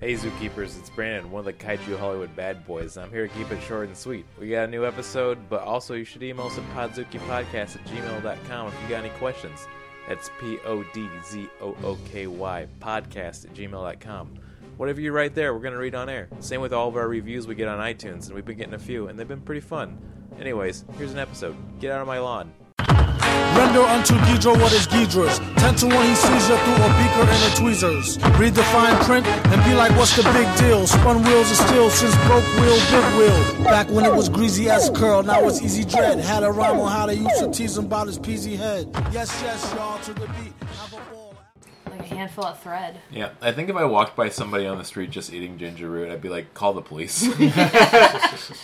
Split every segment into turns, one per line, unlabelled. Hey, Zookeepers, it's Brandon, one of the Kaiju Hollywood bad boys, and I'm here to keep it short and sweet. We got a new episode, but also you should email us at podzukipodcast at gmail.com if you got any questions. That's P O D Z O O K Y, podcast at gmail.com. Whatever you write there, we're going to read on air. Same with all of our reviews we get on iTunes, and we've been getting a few, and they've been pretty fun. Anyways, here's an episode. Get out of my lawn.
Render unto Ghidra what is Ghidra's. Ten to one, he sees you through a beaker and a tweezers. Read the fine print and be like, what's the big deal? Spun wheels of steel since broke wheel, big wheel. Back when it was greasy ass curl, now it's easy dread. Had a rhyme on how they used to tease him about his peasy head. Yes, yes, y'all, to the beat. Have a ball.
Like a handful of thread.
Yeah, I think if I walked by somebody on the street just eating ginger root, I'd be like, call the police.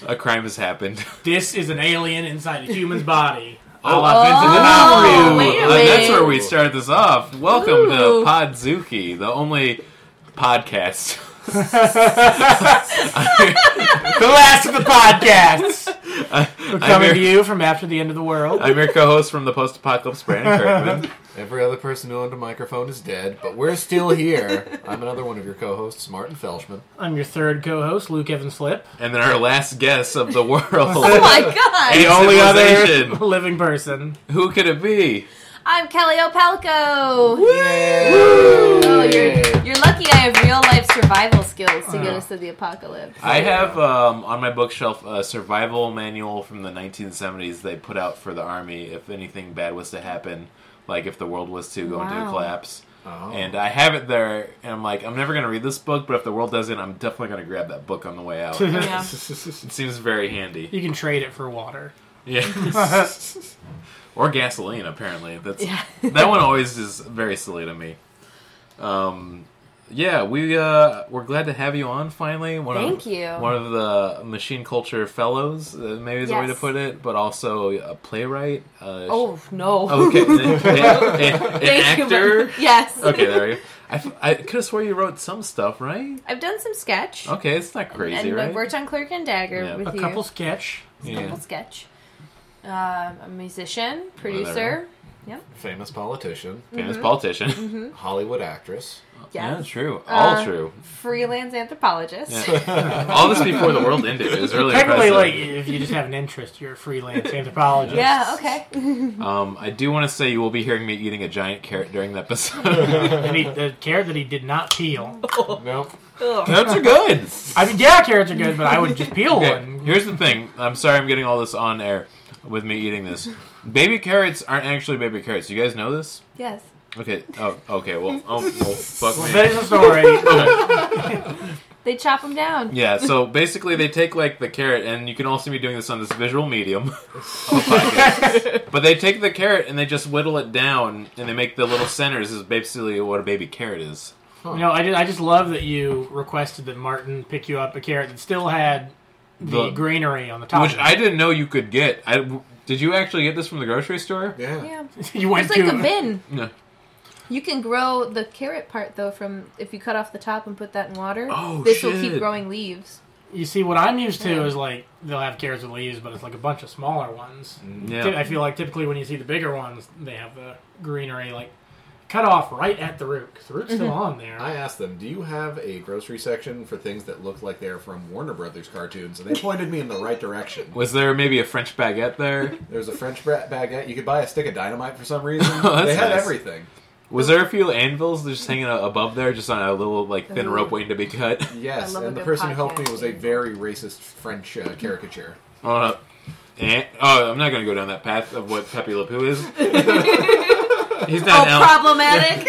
a crime has happened.
This is an alien inside a human's body. Oh,
Oh, wait a
Uh, that's
minute.
where we start this off. Welcome
Ooh.
to Podzuki, the only podcast.
the last of the podcasts. We're coming
here-
to you from after the end of the world.
I'm your co-host from the post-apocalypse, Brandon Kirkman.
Every other person who owned a microphone is dead, but we're still here. I'm another one of your co-hosts, Martin Felshman.
I'm your third co-host, Luke Evans Flip,
and then our last guest of the world.
Oh my god!
The only
other
other.
living person.
Who could it be?
I'm Kelly Opalco. Oh,
Yay!
you're, you're lucky I have real life survival skills to get us to the apocalypse.
I have um, on my bookshelf a survival manual from the 1970s they put out for the army if anything bad was to happen, like if the world was to go into a
Wow.
collapse.
Oh.
And I have it there, and I'm like, I'm never going to read this book, but if the world doesn't, I'm definitely going to grab that book on the way out. it
yeah.
seems very handy.
You can trade it for water.
Yeah. or gasoline, apparently. That's that one always is very silly to me. Um, yeah, we uh, we're glad to have you on finally. One
Thank
of,
you.
One of the machine culture fellows, uh, maybe is the way to
Yes.
put it, but also a playwright. Uh,
Oh no.
okay, an, an- an
Thank you,
actor.
Mom. Yes.
okay, there you. I, f- I could have swore you wrote some stuff, right?
I've done some sketch.
Okay, it's not Oh, crazy,
and
right?
I've worked on Clerk and Dagger
Yeah.
with
A
you.
couple sketch.
A couple
yeah.
sketch. Um, a musician, producer.
Famous politician,
Famous politician.
Hollywood
Yeah,
actress.
Mm-hmm. Yes.
true. All
Uh,
true.
Freelance anthropologist.
Yeah. All this before the world ended. It was really
Technically,
impressive.
like if you just have an interest, you're a freelance anthropologist.
Yeah, okay.
Um, I do want to say you will be hearing me eating a giant carrot during the episode.
And he, the carrot that he did not peel.
Nope.
Those are good.
I mean, yeah, carrots are good, but I would just peel
Okay,
one.
here's the thing. I'm sorry I'm getting all this on air with me eating this. Baby carrots aren't actually baby carrots. You guys know this?
Yes.
Okay. Oh, okay. Well, oh, well fuck me.
There's a story.
They chop them down.
Yeah, so basically they take like the carrot, and you can also be doing this on this visual medium. of a podcast. but they take the carrot and they just whittle it down, and they make the little centers. Is basically what a baby carrot is.
You know, I just, I just love that you requested that Martin pick you up a carrot that still had the,
The-
greenery on the top.
Which
of it.
I didn't know you could get. I did you actually get this from the grocery store?
Yeah.
Yeah.
you went
It's like
to
a bin.
No.
You can grow the carrot part though from if you cut off the top and put that in water.
Oh,
this will
shit.
keep growing leaves.
You see, what I'm used to
Yeah.
is like they'll have carrots with leaves, but it's like a bunch of smaller ones. Ty- I
Mm, Yeah.
feel like typically when you see the bigger ones, they have the greenery like cut off right at the root 'cause the root's
Mm-hmm.
still on there.
I asked them, "Do you have a grocery section for things that look like they're from Warner Brothers cartoons?" And they pointed me in the right direction.
Was there maybe a French baguette there?
There's a French bra- baguette. You could buy a stick of dynamite for some reason.
that's
they had
nice.
everything.
Was there a few anvils just hanging a- above there, just on a little like thin rope waiting to be cut?
Yes,
I love a
and the
good
person who helped me
podcast.
was a very racist French uh, caricature.
Uh, eh, oh, I'm not going to go down that path of what Pepe Le Pew is. he's not.
Oh,
An ally.
problematic.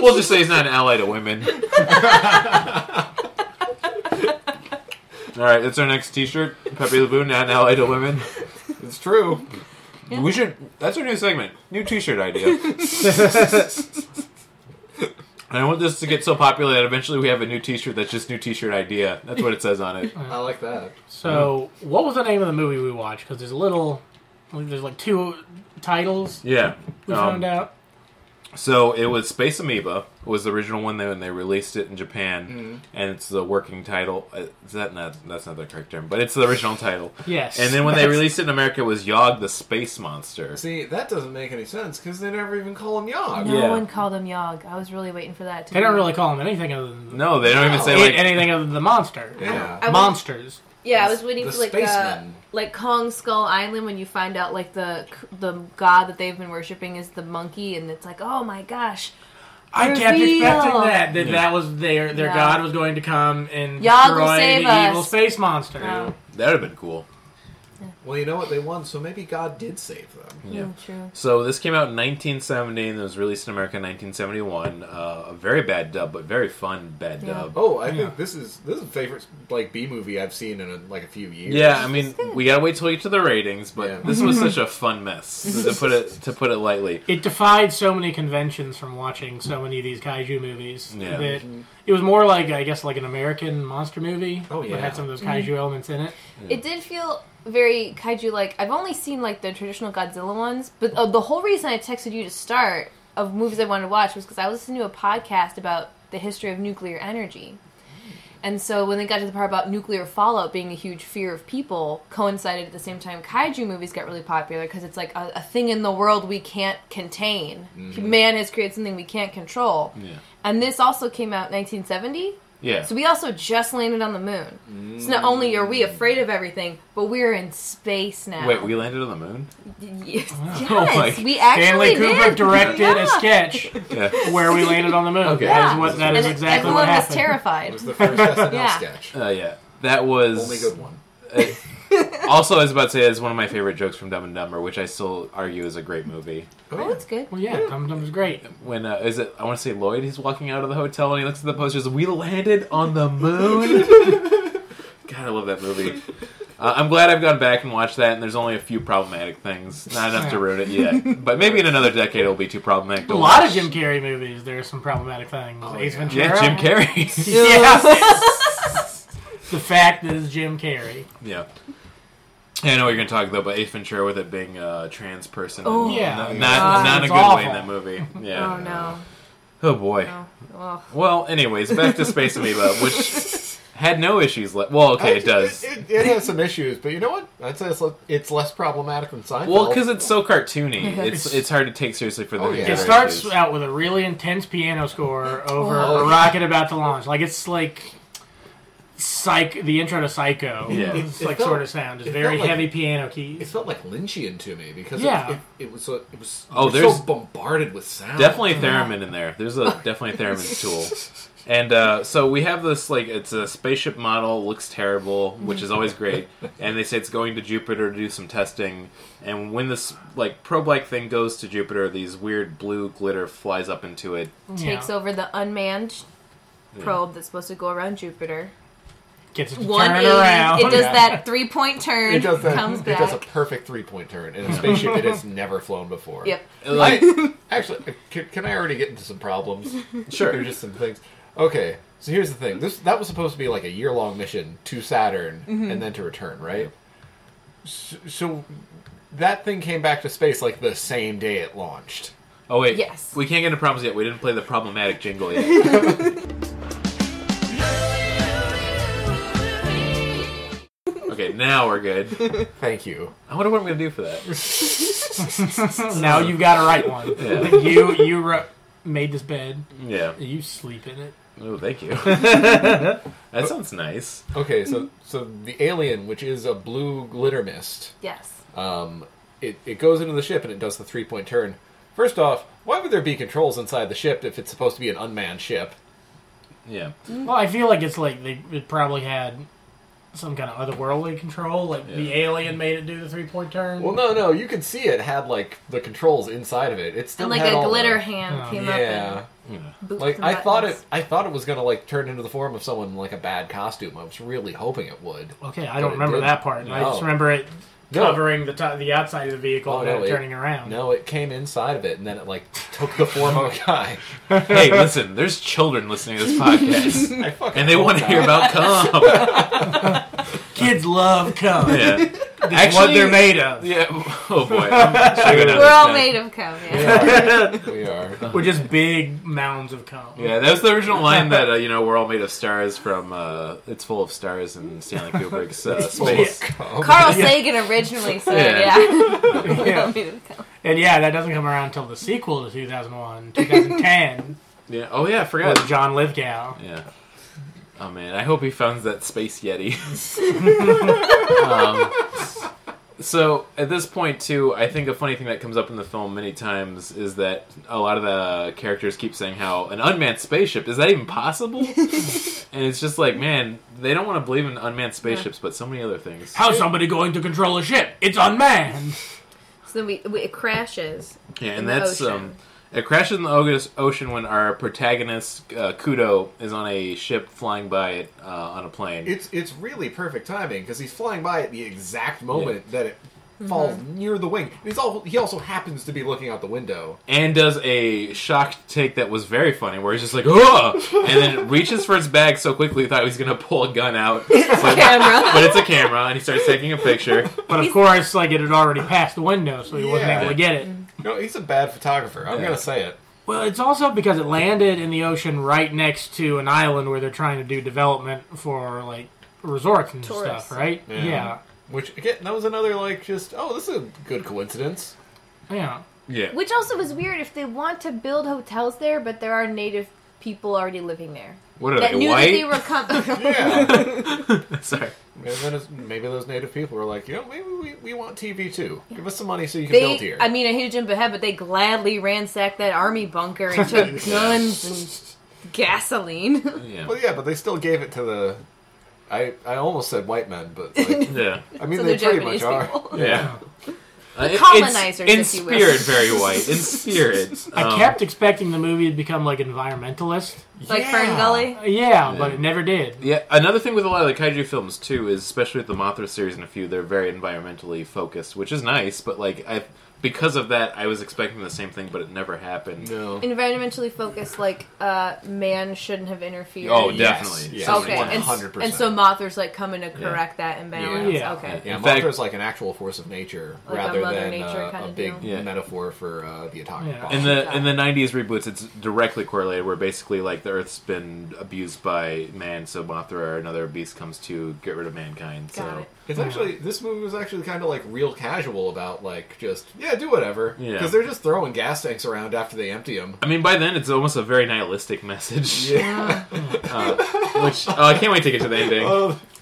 we'll just say he's not an ally to women. All right, that's our next T-shirt. Pepe Le Pew, not an ally to women.
It's true.
We should. That's our new segment. New T-shirt idea. I want this to get so popular that eventually we have a new T-shirt that's just new T-shirt idea. That's what it says on it.
I like that.
So,
Mm-hmm.
what was the name of the movie we watched? Because there's a little, I believe there's like two titles
Yeah.
we
Um,
found out.
So it was Space Amoeba was the original one when they released it in Japan,
Mm-hmm.
and it's the working title. uh, Is that not that's not the correct term, but it's the original title.
Yes.
And then when they released it in America, it was Yogg the Space Monster.
See, that doesn't make any sense because they never even call him Yogg.
No
Yeah.
one called him Yogg. I was really waiting for that. To
They don't
be-
really call him anything other than
No, they don't even say
Ain't
like
anything other than the monster.
Yeah.
I would-
Monsters.
Yeah, I
The-
was waiting
the
for like uh,
spaceman.
like Kong Skull Island when you find out like the the god that they've been worshiping is the monkey, and it's like, oh my gosh,
I kept
Reveal.
expecting that that
Yeah.
that was their their
No.
god was going to come and
Y'all will
destroy
save
the evil
us. Oh.
space monster.
No.
that would have been cool.
Well, you know what? They won, so maybe God did save them.
Yeah.
Mm, true.
So this came out in 1970 and it was released in America in 1971. Uh, a very bad dub, but very fun bad
Yeah.
dub.
Oh, I
Yeah.
think this is this is a favorite like B movie I've seen in like a few years.
Yeah, I mean, we gotta wait till we get to the ratings, but
Yeah.
this was such a fun mess to put it to put it lightly.
It defied so many conventions from watching so many of these kaiju movies.
Yeah.
That
Mm-hmm.
it was more like I guess like an American monster movie.
Oh, yeah.
But had some of those kaiju
Mm-hmm.
elements in it.
It did feel very kaiju like. I've only seen like the traditional Godzilla ones, but uh, the whole reason I texted you to start of movies I wanted to watch was because I was listening to a podcast about the history of nuclear energy. And so when they got to the part about nuclear fallout being a huge fear of people, coincided at the same time kaiju movies got really popular because it's like a, a thing in the world we can't contain. Man has created something we can't control.
Yeah,
And this also came out in 1970.
yeah.
So we also just landed on the moon. So not only are
Mm.
we afraid of everything, but we're in space now.
Wait, we landed on the moon.
Yes,
Oh my-
yes, we actually
Stanley Kubrick
did.
directed
yeah.
a sketch
Yeah,
where we landed on the moon.
Okay.
That
Yeah.
is what that
And
is
it-
exactly
everyone
what
was
happened.
It
terrified.
was the first SNL
Yeah.
sketch.
uh, yeah. That was
Only good one.
also. I was about to say it's one of my favorite jokes from Dumb and Dumber, which I still argue is a great movie.
Oh, it's good.
Well, yeah, Dum Dum's great.
When uh, is it? I want to say Lloyd. He's walking out of the hotel and he looks at the posters. We landed on the moon. God, I love that movie. Uh, I'm glad I've gone back and watched that, and there's only a few problematic things. Not enough to ruin it yet, but maybe in another decade it'll be too problematic. To
A lot of
watch.
Jim Carrey movies. There's some problematic things. Ace
yeah.
Ventura.
Yeah, Jim Carrey.
the fact that it's Jim Carrey.
yeah. Yeah, I know what you're going to talk though, but Ace Ventura with it being a trans person. and
Oh,
Yeah.
Not,
God,
not, not a
it's
good way in
awful.
that movie.
Oh
Yeah.
no.
Oh boy.
Oh, well,
Well, anyways, back to Space Amoeba, which had no issues. Le- well, okay, it does.
It, it has some issues, but you know what? I'd say it's, le- it's less problematic than Seinfeld.
Well, because it's so cartoony, it's
It's-
it's hard to take seriously for the.
Oh,
new
yeah.
It
There
starts
generations.
out with a really intense piano score over a
Oh.
rocket about to launch. Like it's like psych the intro to Psycho.
Yeah.
It's
It- it
like
felt-
sort of sound. It's
it
very
felt like-
heavy piano
it
keys.
felt like Lynchian to me because
Yeah.
it, it, it was so, it was
Oh,
you're
there's-
so bombarded with sound.
Definitely a theremin in there. There's a definitely a theremin tool. And uh, so we have this like it's a spaceship model, looks terrible, which is always great. And they say it's going to Jupiter to do some testing. And when this like probe-like thing goes to Jupiter, these weird blue glitter flies up into it.
takes over the unmanned probe that's supposed to go around Jupiter.
Gets it to
One
turn
eighty.
around.
It does
Yeah.
that three point turn.
It does, that,
Comes
it
back.
does a perfect three point turn in a spaceship it has never flown before.
Yep.
Like,
I, actually, uh, can, can I already get into some problems?
Sure.
There's just some things. Okay, so here's the thing. This that was supposed to be like a year long mission to Saturn
Mm-hmm.
and then to return, right? So, so that thing came back to space like the same day it launched.
oh wait,
Yes.
we can't get into problems yet. We didn't play the problematic jingle yet. okay, now we're good.
Thank you.
I wonder what I'm gonna do for that.
now you've got to write one.
Yeah.
You you ro- made this bed.
Yeah.
You sleep in it.
Oh, thank you. that sounds nice.
Okay, so so the alien, which is a blue glitter mist,
Yes.
um, it, it goes into the ship and it does the three point turn. First off, why would there be controls inside the ship if it's supposed to be an unmanned ship?
Yeah.
Well, I feel like it's like they it probably had some kind of otherworldly control. Like the
Yeah.
alien made it do the three point turn.
Well, no, no, you could see it had like the controls inside of it. It still
And like
had
a
all
glitter
the-
hand
Oh,
came
Yeah,
up and booped
like
the
I thought it.
buttons.
I thought it was gonna like turn into the form of someone in, like a bad costume. I was really hoping it would.
Okay, I
But
don't
it
remember
did.
that part. I
No.
just remember it
No.
covering the top, the outside of the vehicle
Oh,
and
no,
then
it-
turning around.
No, it came inside of it and then it like took the form of a guy.
Hey, listen, there's children listening to this podcast,
I fucking
and they
hope
want to
not.
hear about cum.
Kids love cum.
Yeah.
This is
Actually-
what they're made of.
Yeah. Oh boy. I'm checking out
We're
this
all
now.
made of cum. Yeah.
we are.
We're just big mounds of cum.
Yeah, that was the original line that uh, you know we're all made of stars from. Uh, it's full of stars in Stanley Kubrick's uh, space.
Carl Sagan originally said,
Yeah.
yeah.
Yeah.
Made of cum.
And yeah, that doesn't come around until the sequel to 2001, 2010,
Yeah. Oh yeah, I forgot.
with John Lithgow.
Yeah. Oh man, I hope he finds that space yeti. um, so at this point too, I think a funny thing that comes up in the film many times is that a lot of the characters keep saying how an unmanned spaceship is that even possible? and it's just like, man, they don't want to believe in unmanned spaceships, but so many other things.
How's somebody going to control a ship? It's unmanned.
So then we, we it crashes.
Yeah,
in
and
the
that's
ocean.
um, it crashes in the Ogus- ocean when our protagonist uh, Kudo is on a ship flying by it uh, on a plane.
It's it's really perfect timing because he's flying by at the exact moment that it
Mm-hmm.
falls near the wing. He's all he also happens to be looking out the window.
and does a shock take that was very funny, where he's just like, "Ugh!" and then reaches for his bag so quickly, he thought he was gonna pull a gun out, but,
Camera.
but it's a camera, and he starts taking a picture.
But of course, like it had already passed the window, so he wasn't
Yeah. Mm-hmm.
able to get it.
No, he's a bad photographer. I'm
Yeah.
gonna say it.
Well, it's also because it landed in the ocean right next to an island where they're trying to do development for like resorts and
Tourists.
stuff, right?
Yeah.
Yeah.
Which again, that was another like just oh, this is a good coincidence.
Yeah.
Yeah,
Which also was weird if they want to build hotels there, but there are native people already living there.
what are
That
they
knew that they
white?
were coming.
Yeah,
Sorry,
and then it's, maybe those native people were like, you know, maybe we, we want TV too. Give us some money so you can build
They,
here.
I mean, I hate to jump ahead, but they gladly ransacked that army bunker and took guns and gasoline.
yeah,
Well, yeah, but they still gave it to the. I I almost said white men, but like,
yeah,
I mean
so
they
they're
pretty
Japanese
much
people.
are.
yeah. Uh, it- it's
colonizers,
in
if you will.
spirit, very white in spirit.
I
Um,
kept expecting the movie to become like environmentalist.
Like
Yeah.
Fern Gully.
Yeah, but it never did.
Yeah, another thing with a lot of the kaiju films too is especially with the Mothra series and a few, they're very environmentally focused, which is nice. But like, I because of that, I was expecting the same thing, but it never happened.
No.
Environmentally focused, like uh, man shouldn't have interfered.
Oh,
Yes,
definitely.
yes.
So
Okay,
many-
and,
100%.
and so Mothra's like coming to correct that imbalance.
Yeah.
Okay.
Yeah,
In
Mothra
fact-
is like an actual force of nature
Like a
rather
Mother
than
Nature
uh,
kinda
a big
deal. Yeah.
metaphor for uh, the atomic
Yeah.
bomb.
in the in the '90s reboots, it's directly correlated, where basically like the Earth's been abused by man, so Mothra or another beast comes to get rid of mankind.
Got
So
it.
it's actually this movie was actually kind of like real casual about like just yeah do whatever because
Yeah.
they're just throwing gas tanks around after they empty them.
I mean, by then it's almost a very nihilistic message. Uh, which oh, I can't wait to get to the ending.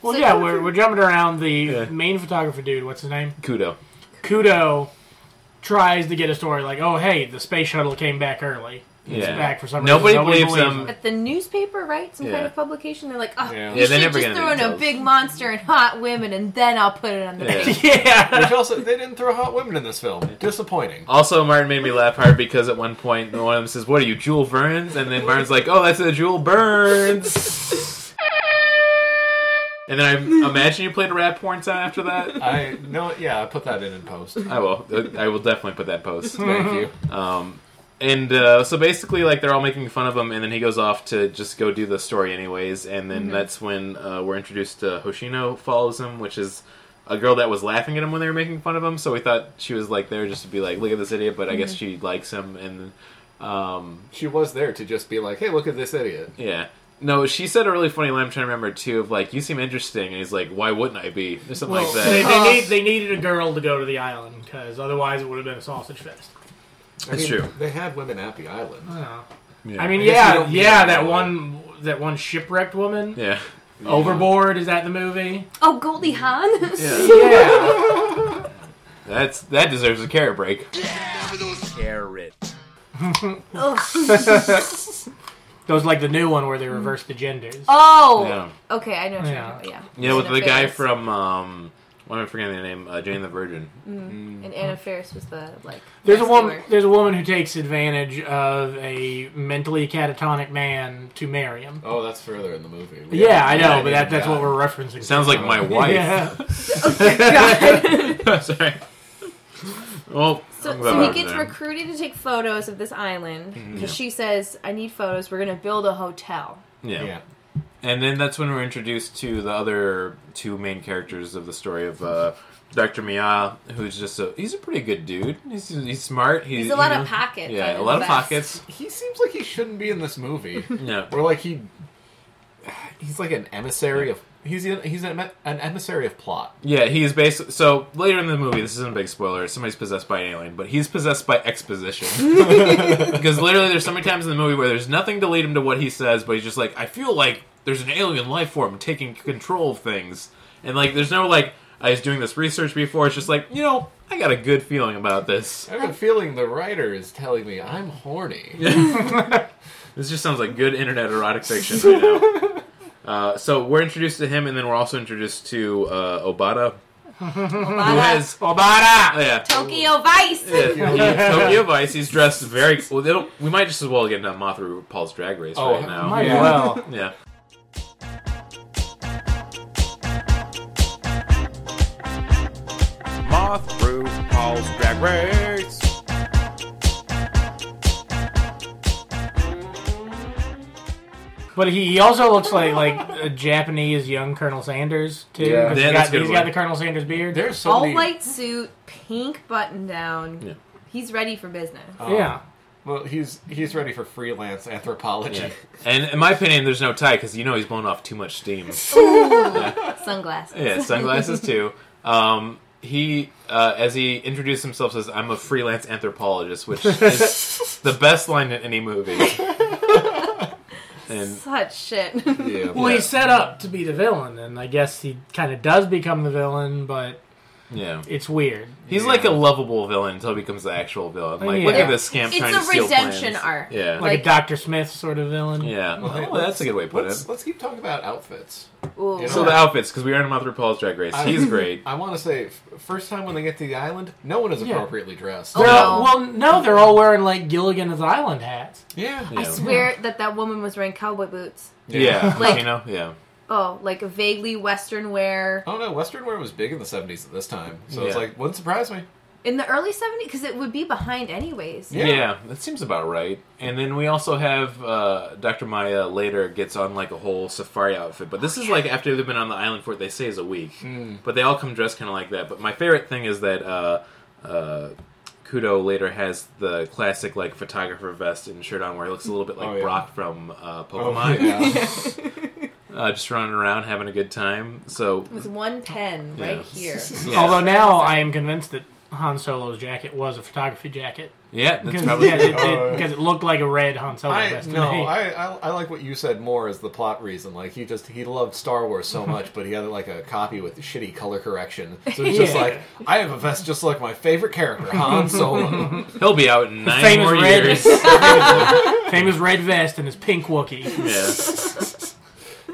Well, yeah, we're, we're jumping around. The
Yeah.
main photographer dude, what's his name?
Kudo.
Kudo tries to get a story like, oh, hey, the space shuttle came back early. It's
Yeah.
back for some
Nobody
reason.
believes him.
At the newspaper, right? Some kind
Yeah.
of publication. They're like, oh, you
Yeah.
Yeah, they're
should
never
just
gonna
throw in a
themselves.
big monster and hot women, and then I'll put it on the
Yeah.
page.
Yeah.
Which also they didn't throw hot women in this film. Disappointing.
Also, Martin made me laugh hard because at one point one of them says, "What are you, Jewel Burns?" And then Martin's like, "Oh, that's a Jewel Burns." and then I imagine you played a rap porn sound after that.
I no yeah I put that in in post.
I will. I will definitely put that post.
Thank you.
And uh, so basically, like they're all making fun of him, and then he goes off to just go do the story anyways. And then that's when uh, we're introduced to Hoshino follows him, which is a girl that was laughing at him when they were making fun of him. So we thought she was like there just to be like, look at this idiot. But I guess she likes him, and um,
She was there to just be like hey look at this idiot.
Yeah. No, she said a really funny line. I'm trying to remember too. Of like, you seem interesting, and he's like, "Why wouldn't I be?" or something like
They,
that.
they, need, they needed a girl to go to the island because otherwise it would have been a sausage fest.
I
That's true.
They had women at the island.
Yeah. I mean,
I guess you
yeah,
don't need
yeah,
a
that
girl.
one, that one shipwrecked woman.
Yeah,
Overboard is that the movie?
Oh, Goldie Hawn.
yeah.
Yeah,
That's that deserves a carrot break. Carrot.
those like the new one where they reverse the genders.
oh.
Yeah,
Okay, I know. What
Yeah.
yeah. You're talking about, yeah.
yeah. With
Anna
the guy
Faris.
from um, why am I forgetting the name? Uh, Jane the Virgin.
Mm-hmm. and Anna Faris was the like.
There's a woman.
rescuer.
There's a woman who takes advantage of a mentally catatonic man to marry him.
Oh, that's further in the movie. We
Yeah, I
haven't-
know,
we
but that,
haven't
that's
even
what we're referencing.
Sounds like my wife.
Yeah.
Sorry. Well,
So,
I'm glad
so
I
he
was
gets
there. Mhm.
recruited to take photos of this island because she says, "I need photos. We're gonna build a hotel."
Yeah.
gotten. Yeah.
And then that's when we're introduced to the other two main characters of the story of uh, Dr. Mia, who's just a he's a pretty good dude. He's, he's smart. He's,
He's a lot
you
of
know-
pockets, I
Yeah, a
would
lot of
guess.
pockets.
He seems like he shouldn't be in this movie.
Yeah.
or like he, he's like an emissary of. He's in- he's an, em- an emissary of plot.
Yeah, he's basically so later in the movie. This isn't a big spoiler. Somebody's possessed by an alien, but he's possessed by exposition because literally there's so many times in the movie where there's nothing to lead him to what he says, but he's just like, I feel like there's an alien life form taking control of things, and like there's no like I was doing this research before. It's just like you know I got a good feeling about this.
I have a feeling the writer is telling me I'm horny.
This just sounds like good internet erotic fiction right now. Uh, so we're introduced to him, and then we're also introduced to uh, Obata, who has Oh,
Obata!
yeah.
Tokyo Vice.
Yeah, yeah, Tokyo Vice. He's dressed very. Well, they don't, we might just as well get into Mothra RuPaul's Drag Race
Oh,
right now.
Might as
Yeah.
well.
Yeah. Moth RuPaul's Drag Race.
But he, he also looks like like a Japanese young Colonel Sanders too.
Yeah.
'cause
Yeah, that's
he's, got,
a good
he's
one.
got the Colonel Sanders beard.
There's so
All
many.
white suit, pink button down.
Yeah.
He's ready for business.
yeah.
Well, he's he's ready for freelance anthropology.
Yeah. And in my opinion, there's no tie because you know he's blown off too much steam. Uh,
Sunglasses.
Yeah, sunglasses too. Um, he, uh, as he introduced himself, says, "I'm a freelance anthropologist," which is the best line in any movie. And
Such shit.
Yeah.
Well, he's set up to be the villain, and I guess he kind of does become the villain, but
yeah,
it's weird.
He's
Yeah.
like a lovable villain until he becomes the actual villain. Like,
Yeah.
look at
Yeah.
this scamp
It's
trying
a
to steal
redemption
plans.
arc.
Yeah,
Like,
Like-
a Doctor Smith sort of villain.
yeah.
Well, hey,
oh, that's a good way to put
let's,
it.
Let's keep talking about outfits.
Ooh.
You
So the outfits, because we are in Mouth RuPaul's Drag Race.
I-
He's great.
I want to say, f- first time when they get to the island, no one is
Yeah. Oh.
appropriately dressed.
They're all-
Oh, no.
well, no, they're all wearing like Gilligan's Island hats.
Yeah.
Yeah.
I swear that that woman was wearing cowboy boots.
yeah,
Like-
Latino. Yeah,
Oh, like a vaguely Western wear.
Oh no, Western wear was big in the '70s at this time, so it's
Yeah.
like wouldn't surprise me.
In the early 70s, because it would be behind anyways.
Yeah.
yeah, That seems about right. And then we also have uh, Dr. Maya later gets on like a whole safari outfit, but this is like after they've been on the island for what they say is a week.
Hmm.
But they all come dressed kind of like that. But my favorite thing is that. Uh, uh, Kudo later has the classic like photographer vest and shirt on, where he looks a little bit like
Oh, yeah.
Brock from uh,
Oh,
Pokemon.
yeah.
uh, just running around having a good time. So
With one pen
Yeah.
right here.
yeah,
Although now I am convinced that Han Solo's jacket was a photography jacket
yeah, that's
because
probably
yeah, it, it-
Oh, yeah.
'cause it looked like a red Han Solo
I,
vest to
no,
me.
I, I I like what you said more as the plot reason. Like he just he loved Star Wars so much, but he had like a copy with shitty color correction. So he's just
Yeah.
like, I have a vest just like my favorite character, Han Solo.
he'll be out in nine
famous
more
red,
years.
famous red vest and his pink Wookie.
yeah.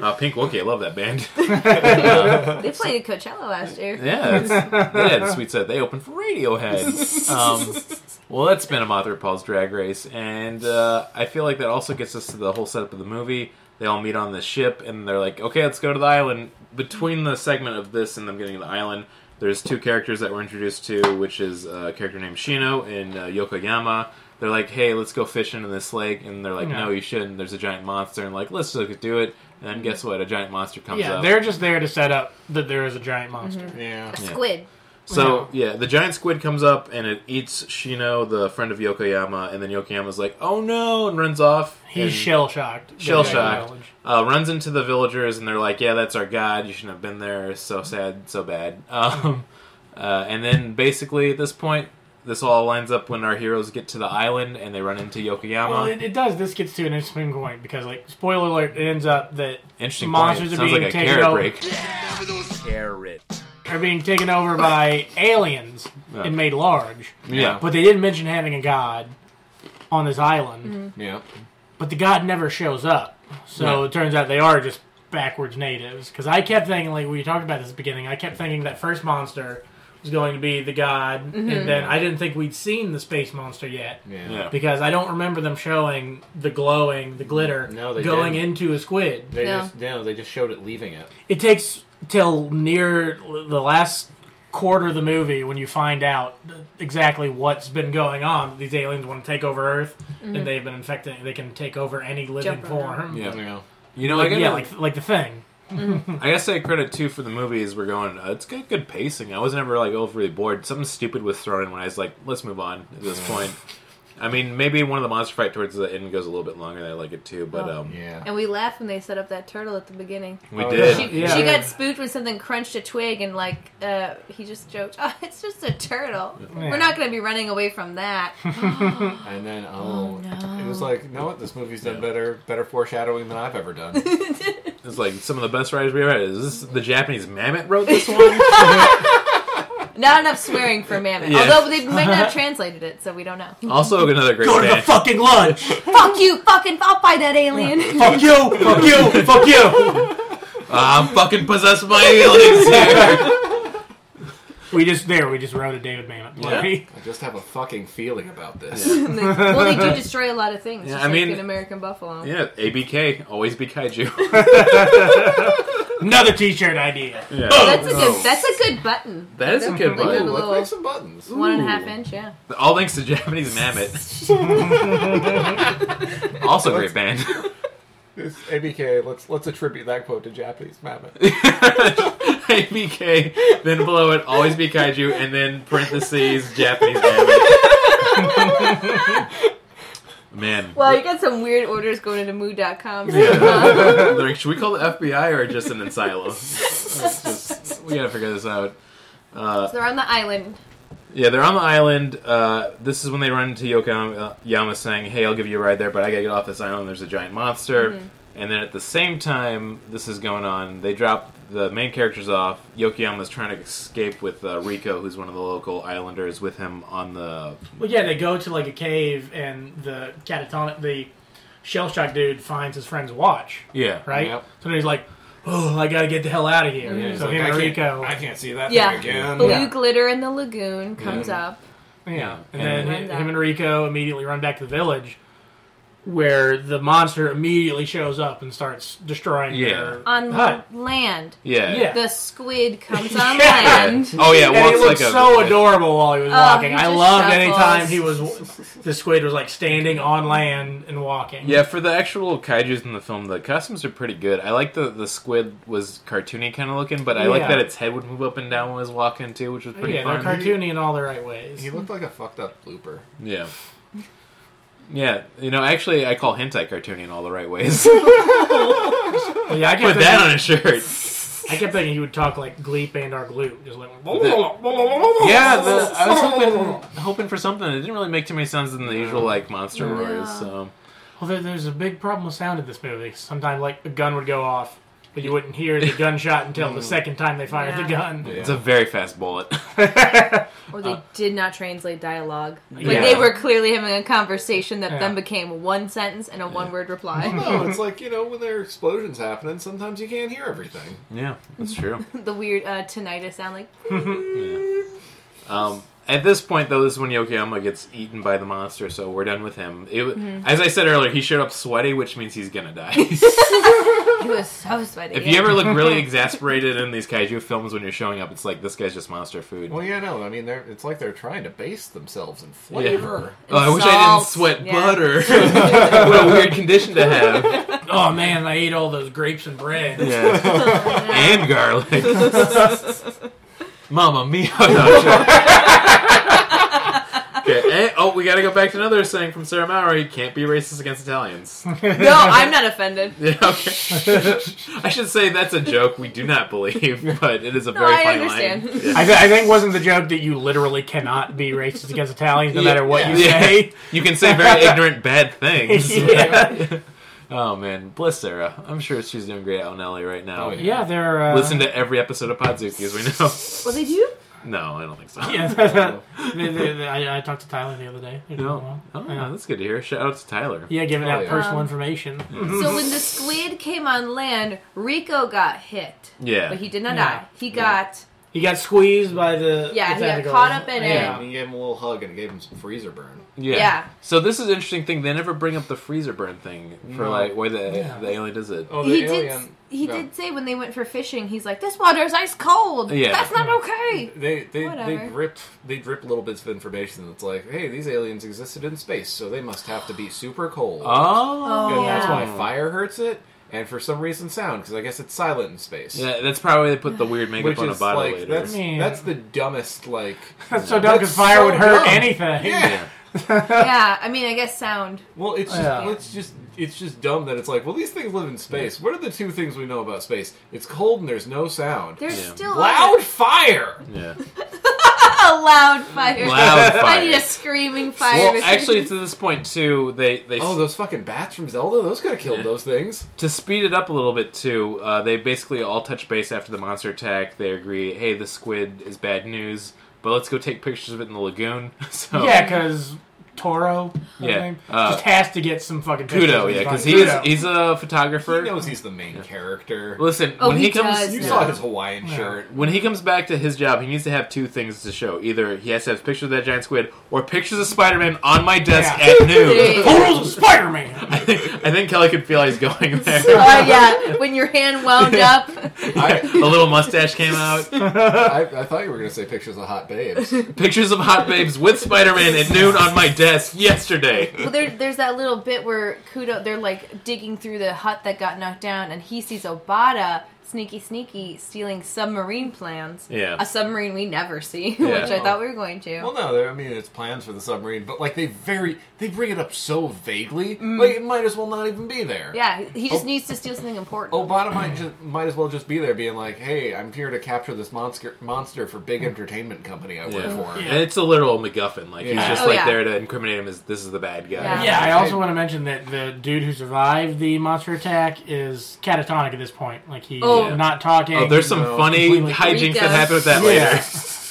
Uh, Pink Wookie, I love that band.
They played at Coachella last year.
Yeah, that's, they had a sweet set. They opened for Radiohead. Um, well, that's been a Moth RuPaul's Drag Race, and uh, I feel like that also gets us to the whole setup of the movie. They all meet on the ship, and they're like, "Okay, let's go to the island." Between the segment of this and them getting to the island, there's two characters that we're introduced to, which is a character named Shino and uh, Yokoyama. They're like, "Hey, let's go fishing in this lake," and they're like,
Yeah.
"No, you shouldn't. There's a giant monster." And like, "Let's just do it." And then guess what? A giant monster comes
Yeah,
up.
they're just there to set up that there is a giant monster.
Mm-hmm.
yeah.
Squid.
So yeah. the giant squid comes up and it eats Shino, the friend of Yokoyama, and then Yokoyama's like, "Oh no!" and runs off.
He's
and
shell shocked.
shell shocked. Uh, runs into the villagers and they're like, "Yeah, that's our god. You shouldn't have been there. So sad, so bad." Um, uh, and then basically at this point, this all lines up when our heroes get to the island and they run into Yokoyama.
Well, it, it does. This gets to an interesting point because, like, spoiler alert, it ends up that
Interesting.
monsters
point.
are
Sounds
being
like a
taken
carrot
over.
break. Carrot.
are being taken over by aliens
Yeah.
and made large.
Yeah.
But they didn't mention having a god on this island.
Yeah.
But the god never shows up. So
No.
it turns out they are just backwards natives. Because I kept thinking, like, we talked about this at the beginning, I kept thinking that first monster was going to be the god. And then I didn't think we'd seen the space monster yet.
Yeah.
Yeah.
Because I don't remember them showing the glowing, the glitter
No, they
going
didn't.
into a squid.
They
No.
just no, they just showed it leaving it.
It takes till near the last quarter of the movie when you find out exactly what's been going on. These Mm-hmm. aliens want to take over Earth, and they've been infecting. They can take over any living
Jump around.
form.
Yeah.
You know.
You know,
Like,
I gotta,
yeah, like like the thing.
I gotta say credit too for the movies. We're going. Uh, it's got good pacing. I was never like overly bored. Something stupid was thrown in when I was like, let's move on at this point. I mean, maybe one of the monster fight towards the end goes a little bit longer. and I like it too, but
Oh.
um,
Yeah.
And we laughed when they set up that turtle at the beginning.
we
Oh,
did.
She,
Yeah.
she
Yeah.
got spooked when something crunched a twig, and like uh, he just joked, "Oh, it's just a turtle. We're not going to be running away from that."
And then oh,
no.
it was like, you know what? This movie's done
Yeah.
better, better foreshadowing than I've ever done.
It's like some of the best writers we ever had. Is this the Japanese mammoth wrote this one?
Not enough swearing for Mammoth.
Yeah.
Although they might not have translated it, so we don't know.
also, another great
Go to the
Spanish.
fucking lunch.
Fuck you, fucking! I'll buy that alien.
fuck you. Fuck you. Fuck you.
I'm fucking possessed by aliens here.
We just there. We just wrote a David Mamet. movie.
I just have a fucking feeling about this.
well, they do destroy a lot of things.
Yeah,
just
I
like
mean-
an American buffalo.
yeah, ABK always be kaiju.
Another T-shirt idea.
Yeah.
That's a
Oh.
good. That's a good button.
That is a good
Like a
Ooh,
one.
let's
little
make some buttons.
one and a
Ooh.
half inch. Yeah.
All thanks to Japanese Mammoth. also great band.
It's ABK, let's let's attribute that quote to Japanese mammoth.
ABK, then below it, always be kaiju, and then parentheses, Japanese Mammoth. Man.
Well, you got some weird orders going into moo.com.
Yeah. like, should we call the FBI or just an asylum? It's just- we gotta figure this out. Uh,
They're on the island.
yeah, they're on the island. Uh, this is when they run into Yokoyama uh, saying, "Hey, I'll give you a ride there, but I gotta get off this island. There's a giant monster."
Mm-hmm.
And then at the same time, this is going on. They drop the main characters off. Yokoyama's trying to escape with uh, Rico, who's one of the local islanders, with him on the.
Well, yeah, they go to like a cave, and the catatonic, the shell shock dude finds his friend's watch.
Yeah.
Right.
Yep.
So then he's like, "Oh, I gotta get the hell out of here."
Yeah, he's
so
like,
him and
I,
Rico.
can't, I can't see that
Yeah.
thing again.
Blue
Yeah.
glitter in the lagoon comes up.
Yeah, and,
And-
then
Runs
hi- him
out.
and Rico immediately run back to the village, where the monster immediately shows up and starts destroying
Yeah.
their
On
hut.
land,
Yeah.
Yeah.
the squid comes on
Yeah.
land.
Oh yeah,
And
walks
he looked
like a-
so adorable while he was
Oh,
walking.
he
I
just
loved
shuffles.
any time he was the squid was like standing on land and walking.
Yeah, for the actual kaiju's in the film, the costumes are pretty good. I like the the squid was cartoony kind of looking, but I like
Yeah. Oh,
that its head would move up and down when it was walking too, which was pretty
yeah,
fun.
they're cartoony in all the right ways.
He looked like a fucked up blooper.
yeah. Yeah, you know, actually, I call hentai cartoony in all the right ways.
yeah, I
Put
kept, thinking,
that on a shirt.
I kept thinking he would talk like Gleep and our glue, just like
Yeah, the, I was hoping, hoping for something. It didn't really make too many sounds than the usual like monster roars. So
Well, there, there's a big problem with sound in this movie. Sometimes, like, a gun would go off, but you wouldn't hear the gunshot until the second time they fired the
Yeah.
gun.
it's a very fast bullet.
Or they did not translate dialogue. Like
Uh. Yeah.
they were clearly having a conversation that
Yeah.
then became one sentence and a one word reply.
No, it's like, you know, when there are explosions happening, sometimes you can't hear everything.
yeah, that's true.
the weird uh, tinnitus sound like
Um, at this point, though, this is when Yokoyama gets eaten by the monster, so we're done with him. It, w
Mm-hmm.
As I said earlier, he showed up sweaty, which means he's gonna die. if
he was so sweaty.
you ever look really exasperated in these kaiju films when you're showing up, it's like this guy's just monster food.
Well, yeah, no, I mean, they're, it's like they're trying to base themselves in flavor.
Oh, I wish I didn't
Salt.
sweat
Yeah.
butter. what a weird condition to have.
Oh man, I ate all those grapes and bread.
Yeah. and garlic. Mama mia. No, sure. okay. eh, oh, we gotta go back to another saying from Sarah Mowry: "Can't be racist against Italians."
no, I'm not offended.
Yeah, okay. I should say that's a joke we do not believe, but it is a very
I
fine
understand.
line. Yeah.
I, th- I think wasn't the joke that you literally cannot be racist against Italians no
Yeah.
matter what you
Yeah.
say.
You can say very ignorant, bad things.
Yeah.
Oh man, bless Sarah. I'm sure she's doing great out in LA right now.
Oh, yeah.
Yeah, they're uh,
Listen to every episode of Podzuki, as we know.
Well, they do.
No, I don't think so.
Yeah, they- they- they- I, I talked to Tyler the other day. They're doing
No.
well.
Oh,
Yeah.
that's good to hear. Shout out to Tyler.
Yeah, giving
Oh,
out
yeah.
personal
Um,
information. Mm-hmm.
So when the squid came on land, Rico got hit,
Yeah.
but he did not
Yeah.
die. He got
He got squeezed by the
Yeah,
the
he got
tentacles.
caught up in it.
Yeah, and he gave him a little hug and it gave him some freezer burn.
yeah.
yeah.
So this is an interesting thing. They never bring up the freezer burn thing for
No.
like why the
Yeah.
the alien does it.
Oh,
he did. He
no.
did say when they went for fishing, he's like, "This water is ice cold.
Yeah.
That's not okay."
They they they
Whatever.
drip they drip little bits of information that's like, hey, these aliens existed in space, so they must have to be super cold.
Oh.
and that's
yeah.
why fire hurts it, and for some reason sound because I guess it's silent in space.
Yeah, that's probably why they put the weird makeup
Which
on a
is
bottle
like
later.
that's
Man.
that's the dumbest like
That's so dumb
That's
because fire
so
would hurt
dumb.
anything.
yeah.
yeah.
yeah, I mean, I guess sound.
Well, it's just
Yeah.
it's just it's just dumb that it's like well these things live in space. What are the two things we know about space? It's cold and there's no sound.
There's
Yeah.
still
Loud fire.
yeah.
a loud fire.
Loud
I
fire.
need a screaming fire.
Well, actually, to this point too, they they
Oh, those fucking bats from Zelda. Those could have killed
Yeah.
those things.
to speed it up a little bit too, uh, they basically all touch base after the monster attack. They agree, hey, the squid is bad news, but let's go take pictures of it in the lagoon. so
Yeah, because Toro, I
Oh. Yeah,
think,
uh,
just has to get some fucking pictures
Kudo,
of his
yeah, because
body.
he's
Kudo.
he's a
He
photographer.
knows he's the main character.
Listen,
Oh,
when
he
he, comes,
does
you
Yeah.
saw his Hawaiian shirt.
when he comes back to his job, he needs to have two things to show: either he has to have pictures of that giant squid, or pictures of Spider-Man on my desk
Yeah.
at noon.
Yeah.
Toro's a Spider-Man.
I think, I think Kelly could feel he's going there.
Oh yeah, when your hand wound up.
the little mustache came out.
I, I thought you were gonna say pictures of hot babes.
Pictures of hot babes with Spider-Man at noon on my desk yesterday.
Well, there, there's that little bit where Kudo, they're like digging through the hut that got knocked down, and he sees Obata, sneaky, sneaky, stealing submarine plans.
Yeah.
A submarine we never see,
Yeah.
which I thought we were going to.
Well, no, there- I mean it's plans for the submarine, but like they very they bring it up so vaguely, like it might as well not even be there.
yeah, he- he just
Oh.
needs to steal something important.
Obama might just might as well just be there, being like, "Hey, I'm here to capture this monster monster for big entertainment company I work
Yeah.
for."
And it's a literal MacGuffin. Like he's
Yeah.
just
Oh,
like
yeah.
there to incriminate him as this is the bad guy.
Yeah.
yeah, I also want to mention that the dude who survived the monster attack is catatonic at this point. Like he's
Oh.
not talking.
Oh, there's some
No.
funny
Completely-
hijinks
Rico.
that happen with that
Yeah.
later.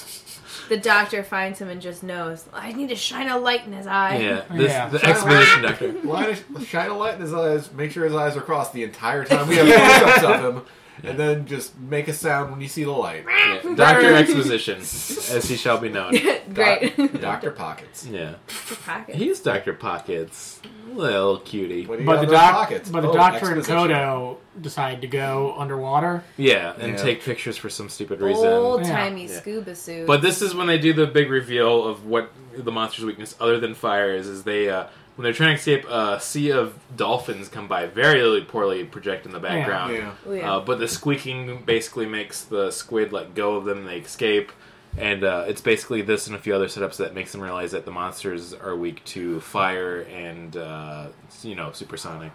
the doctor finds him and just knows, I need to shine a light in his eye.
Yeah, this,
Yeah.
the exposition doctor.
Line a- shine a light in his eyes, make sure his eyes are crossed the entire time we have close-ups of him, and then just make a sound when you see the light.
Yeah. Doctor exposition, as he shall be known.
Great.
Doctor Pockets.
Yeah,
Pocket.
he's Doctor Pockets, little cutie.
What do you
But
got
the,
in those
doc-
pockets?
but the
Oh,
doctor and
exposition.
Kodo decide to go underwater.
Yeah, and
Yeah.
take pictures for some stupid
Oh,
reason.
Old timey
Yeah.
scuba suit.
But this is when they do the big reveal of what the monster's weakness, other than fire, is. Is they uh, when they're trying to escape, a sea of dolphins come by, very poorly project in the background.
Yeah.
Oh, yeah.
Uh, but the squeaking basically makes the squid let go of them. and They escape, and uh, it's basically this and a few other setups that makes them realize that the monsters are weak to fire and uh, you know supersonic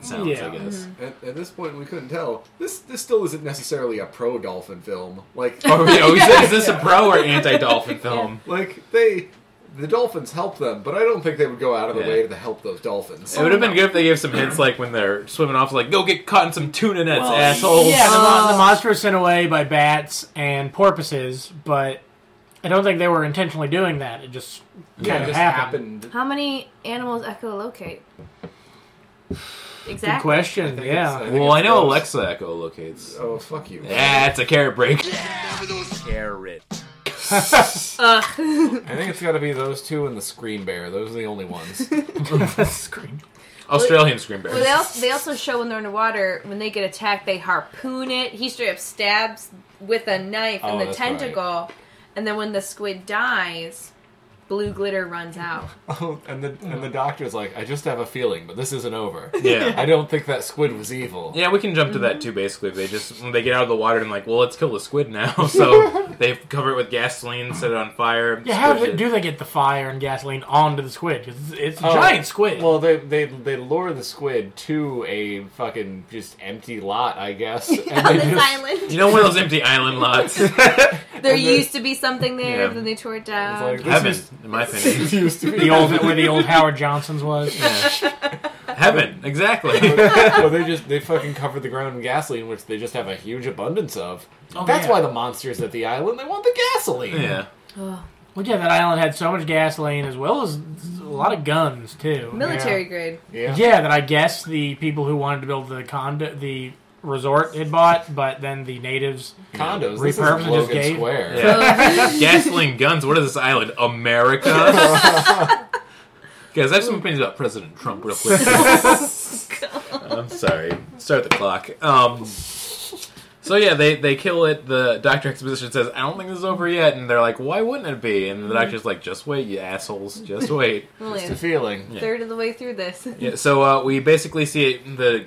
sounds. I
Yeah.
guess.
At, at this point, we couldn't tell. This this still isn't necessarily a pro dolphin film. Like
Oh, yeah, we said, is this a pro or anti-dolphin film?
like they the dolphins help them, but I don't think they would go out of the
Yeah.
way to help those dolphins.
It would have been good if they gave some hints, like when they're swimming off, like go get caught in some tuna nets,
Well,
assholes.
Yeah, the, mon- the monster was sent away by bats and porpoises, but I don't think they were intentionally doing that. It just
Yeah,
kind
it
of
just
happened.
happened.
How many animals echolocate?
Good
Exactly.
question.
think it's,
Yeah.
think
Well, I
it's
know
gross.
Alexa echolocates.
Oh fuck you!
Yeah, it's a carrot break. Carrot.
Ugh.
I think it's got to be those two and the screen bear. Those are the only ones. uh,
Scream.
Australian screen bear.
Well, they also, they also show when they're underwater, when they get attacked, they harpoon it. He straight up stabs with a knife
Oh,
in the
that's
tentacle. And then when the squid dies, blue glitter runs out.
oh, and the and the doctor's like, I just have a feeling, but this isn't over.
Yeah.
I don't think that squid was evil.
Yeah, we can jump to that too. Basically, they just when they get out of the water and like, well, let's kill the squid now. So they cover it with gasoline, set it on fire.
Yeah, how
squish
do,
it.
do they get the fire and gasoline onto the squid? 'Cause it's,
Oh.
it's a giant squid.
Well, they, they they lure the squid to a fucking just empty lot, I guess. and
On
they
this
just-
You
island,
know, one of those empty island lots.
there
and the-
used to be something there,
Yeah.
then they tore it
It's
down.
like, this
Heaven,
is-
in my opinion.
this used to be
the old where the old Howard Johnson's was.
Heaven, exactly.
well, they just they fucking cover the ground in gasoline, which they just have a huge abundance of.
Oh,
That's
yeah.
why the monsters at the island they want the gasoline.
Yeah.
Ugh.
Well, yeah, that island had so much gasoline as well as a lot of guns too.
Military grade.
yeah.
Yeah, that I guess the people who wanted to build the condo, the resort, had bought, but then the natives.
Condos. This is
Repurpose just
Logan
gave-
Square.
Yeah.
Oh,
Gasoline guns. What is this island? America. Guys, I have some opinions about President Trump, real quick. I'm sorry. Start the clock. Um, so yeah, they they kill it. The Doctor Exposition says, "I don't think this is over yet," and they're like, "Why wouldn't it be?" And the Doctor's like, "Just wait, you assholes. Just wait."
Only
Just a
a
feeling.
third of the way through this.
Yeah, so uh, we basically see it, the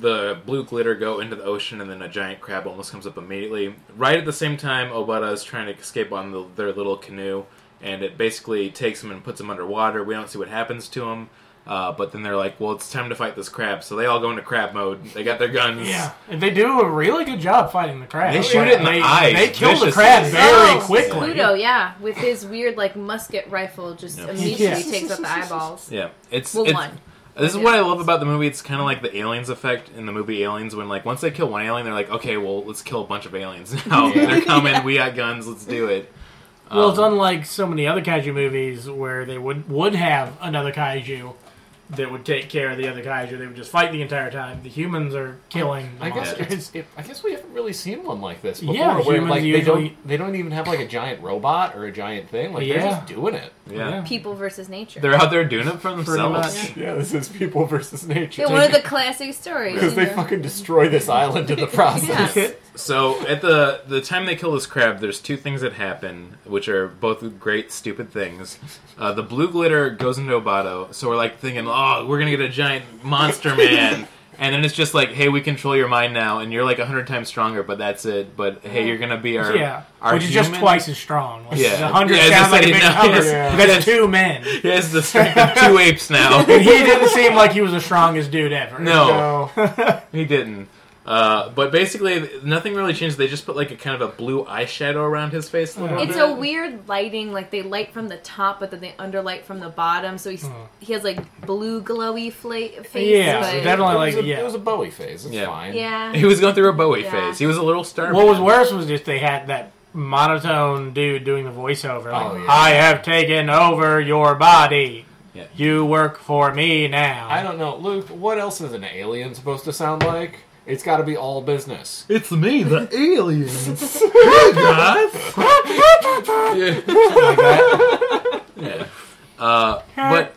the blue glitter go into the ocean, and then a giant crab almost comes up immediately. Right at the same time, Obata is trying to escape on the, their little canoe, and it basically takes him and puts him underwater. We don't see what happens to him, uh, but then they're like, "Well, it's time to fight this crab." So they all go into crab mode. They got their guns.
Yeah, and they do a really good job fighting the crab.
They shoot it in the
they,
eyes
They kill the
viciously.
crab very
Oh,
quickly.
Pluto, yeah, with his weird like musket rifle, just immediately
Yeah.
takes out the eyeballs.
Yeah, it's,
Well,
it's-
one.
This is what I love about the movie. It's kind of like the aliens effect in the movie Aliens, when like once they kill one alien, they're like, okay, well, let's kill a bunch of aliens now. they're coming. We got guns. Let's do it.
Well,
Um,
it's unlike so many other kaiju movies where they would would have another kaiju that would take care of the other kaiju. They would just fight the entire time. The humans are killing. The
I guess
monsters.
it's, it, I guess we haven't really seen one like this before.
Yeah,
where
humans
like they
usually-
don't they don't even have like a giant robot or a giant thing. Like
Yeah.
they're just doing it.
Yeah.
Yeah.
People versus nature.
They're out there doing it for
pretty
themselves.
much.
Yeah, this is people versus nature.
yeah, one of the classic stories.
because
you
they
know?
fucking destroy this island in the process.
Yeah.
So at the the time they kill this crab, there's two things that happen, which are both great stupid things. Uh, the blue glitter goes into Obato, so we're like thinking, oh, we're gonna get a giant monster man, and then it's just like, hey, we control your mind now, and you're like hundred times stronger, but that's it. But hey, you're gonna be our
yeah,
our
which is just
human.
twice as strong. Like,
Yeah.
yeah, the hundred
Yeah, I was
sound like a
gonna
big
say, no,
number.
yes. Yes.
That's two men.
He has the strength of two apes now.
And he didn't seem like he was the strongest dude ever.
No,
No.
he didn't. Uh, but basically, nothing really changed. They just put like a kind of a blue eyeshadow around his face. a little
It's
bit.
a weird lighting, like they light from the top, but then they underlight from the bottom, so he's, he has like blue glowy fla- face.
Yeah,
but,
definitely.
it,
like,
was a,
yeah.
it was a Bowie phase. It's
Yeah.
fine.
Yeah.
He was going through a Bowie
Yeah.
phase. He was a little star.
What was worse was just they had that monotone dude doing the voiceover. Like,
Oh, yeah.
I have taken over your body.
Yeah.
You work for me now.
I don't know, Luke. What else is an alien supposed to sound like? It's got to be all business.
It's me, the alien. yeah. yeah. Uh, but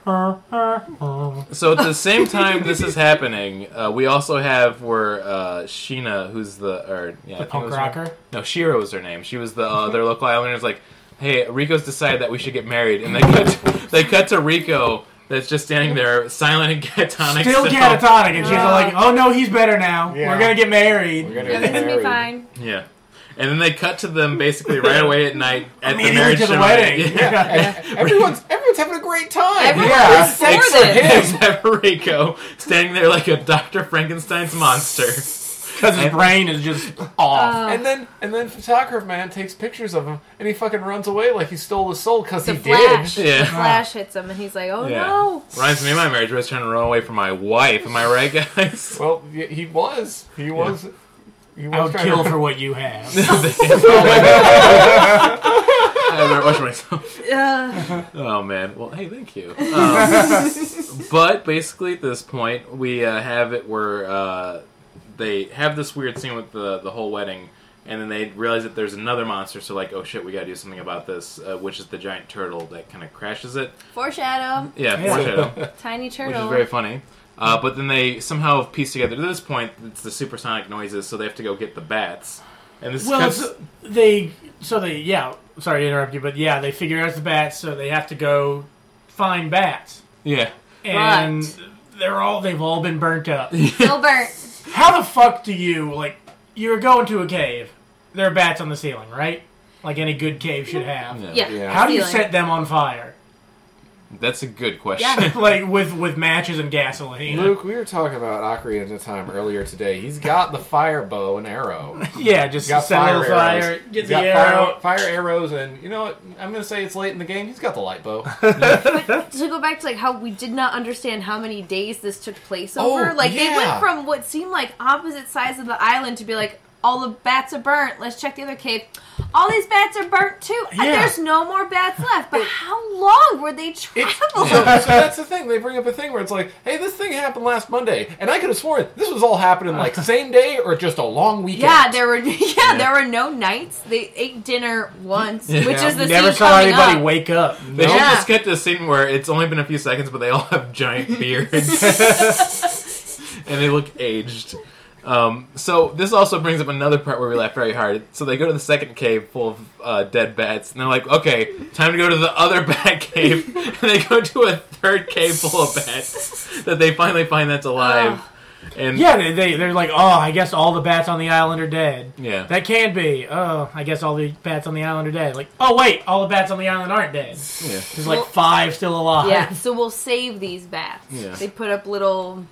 so at the same time this is happening, uh, we also have where uh, Sheena, who's the or yeah, I think it
Punk
was her-
rocker.
No, Shiro was her name. She was the uh, their local islanders. Like, hey, Rico's decided that we should get married, and they cut they cut to Rico that's just standing there, silent and catatonic.
Still catatonic, and she's like, "Oh no, he's better now.
Yeah.
We're gonna get married."
We're gonna
Everything's gonna be
married.
fine.
Yeah. And then they cut to them basically right away at night at the
Immediately
marriage
to the
ceremony.
wedding.
Yeah.
Everyone's everyone's having a great time.
Everyone
Yeah.
was for
Except,
this.
except for Rico, standing there like a Dr. Frankenstein's monster.
Because his brain is just
Uh,
off.
And then and then photographer man takes pictures of him and he fucking runs away like he stole his soul because
The
he
flash.
did.
Yeah.
The flash hits him, and he's like, "Oh
Yeah.
no!"
Reminds me of my marriage where I was trying to run away from my wife. Am I right, guys?
Well, y- he was. He was. He was
I would
trying
kill
to-
for what you have.
I better watch myself.
Ugh.
Oh man. Well, hey, thank you. Um, but basically, at this point, we uh, have it where uh, they have this weird scene with the the whole wedding, and then they realize that there's another monster. So like, oh shit, we gotta do something about this, uh, which is the giant turtle that kind of crashes it.
Foreshadow,
Yeah,
Yeah.
foreshadow.
tiny
which
turtle.
is very funny. Uh, but then they somehow piece together to this point it's the supersonic noises, so they have to go get the bats. And this
Well,
comes-
it's, they so they yeah. Sorry to interrupt you, but yeah, they figure out the bats, so they have to go find bats,
yeah.
and
Right.
they're all they've all been burnt up.
Still burnt.
How the fuck do you like? You're going to a cave. There are bats on the ceiling, right? Like any good cave should have.
Yeah.
Yeah.
How do you
Ceiling.
set them on fire?
That's a good question.
Yeah.
Like with with matches and gasoline.
Luke, we were talking about Ocarina of Time earlier today. He's got the fire bow and arrow.
Yeah, just
He's got
set
fire
on fire,
arrows.
get
He's
the
got
arrow.
Fire, fire arrows, and you know what? I'm gonna say it's late in the game. He's got the light bow.
To go back to like how we did not understand how many days this took place over.
Oh,
like they went
yeah.
from what seemed like opposite sides of the island to be like, all the bats are burnt. Let's check the other cave. All these bats are burnt too. And
Yeah.
There's no more bats left. But how long were they traveling?
So that's the thing. They bring up a thing where it's like, "Hey, this thing happened last Monday," and I could have sworn this was all happening like same day or just a long weekend.
Yeah, there were yeah, there were no nights. They ate dinner once, which is the
Never
scene
saw
coming
anybody
up.
wake up.
They should
Yeah.
just get to a scene where it's only been a few seconds, but they all have giant beards. and they look aged. Um, so this also brings up another part where we laugh very hard. So they go to the second cave full of uh, dead bats, and they're like, "Okay, time to go to the other bat cave." and they go to a third cave full of bats that they finally find that's alive. And
Yeah, they, they they're like, oh, I guess all the bats on the island are dead.
Yeah.
that can be. Oh, I guess all the bats on the island are dead. Like, oh wait, all the bats on the island aren't dead.
yeah.
There's like five still alive.
Yeah, so we'll save these bats.
Yeah.
They put up little.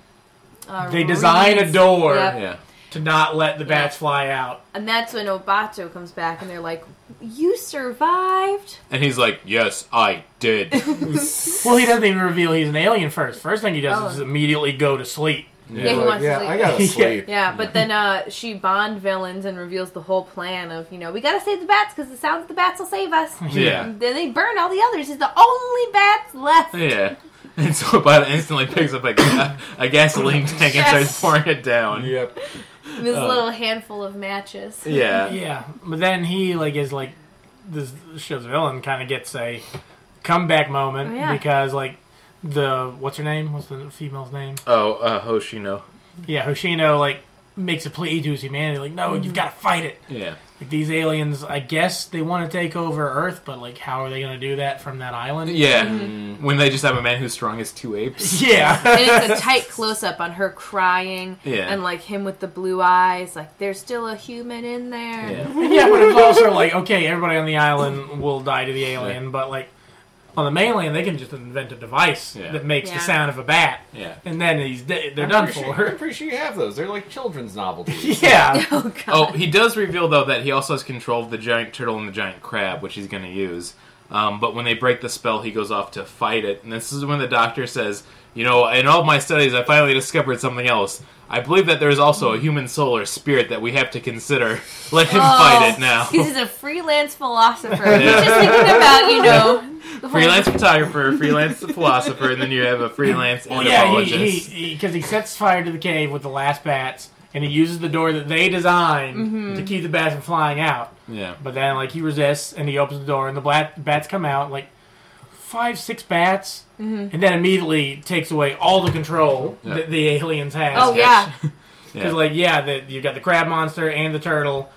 Uh,
They design a
reeds.
door.
Yep.
yeah.
to not let the bats fly out.
And that's when Obato comes back and they're like, You survived?
And he's like, "Yes, I did."
Well, he doesn't even reveal he's an alien first. First thing he does
Oh.
is immediately go to sleep.
Yeah, he
Like,
wants
yeah,
to sleep.
I gotta
Yeah.
sleep.
Yeah, but then uh, she Bond villains and reveals the whole plan of, you know, we gotta save the bats because it sounds the bats will save us.
yeah.
And then they burn all the others. It's the only bats left.
Yeah. And so Bada instantly picks up a, ga- a gasoline tank and
Yes.
starts pouring it down.
Yep.
This little handful of matches.
Oh. Yeah.
Yeah, but then he like is like this show's villain kind of gets a comeback moment
Oh, yeah.
because like the what's her name? What's the female's name?
Oh, uh, Hoshino.
Yeah, Hoshino like makes a plea to his humanity like no,
Mm-hmm.
you've got to fight it.
Yeah.
Like, these aliens, I guess they want to take over Earth, but like how are they going to do that from that island?
Yeah. When they just have a man who's strong as two apes.
Yeah.
And it's a tight close up on her crying
Yeah.
and like him with the blue eyes, like there's still a human in there.
Yeah.
yeah, but it's also like okay, everybody on the island will die to the alien, but like on the mainland they can just invent a device
Yeah.
that makes
Yeah.
the sound of a bat,
Yeah.
and then he's de- they're
I'm
done
pretty
for.
Sure, I'm pretty sure you have those. They're like children's novelties.
yeah,
Oh god.
Oh, he does reveal though that he also has control of the giant turtle and the giant crab, which he's going to use. Um, but when they break the spell, he goes off to fight it, and this is when the doctor says, "You know, in all my studies, I finally discovered something else. I believe that there is also a human soul or spirit that we have to consider. Let him fight it now."
Because Oh, he's a freelance philosopher. He's just thinking about, you know, the whole-
freelance photographer, freelance philosopher, and then you have a freelance
well, yeah,
entomologist.
he because he, 'cause he sets fire to the cave with the last bats, and he uses the door that they designed
Mm-hmm.
to keep the bats from flying out.
yeah,
But then like he resists, and he opens the door, and the blat- bats come out like. Five, six bats,
Mm-hmm.
and then immediately takes away all the control
Yeah.
that the aliens have.
Oh yeah.
yeah.
Because like yeah, the, you've got the crab monster and the turtle.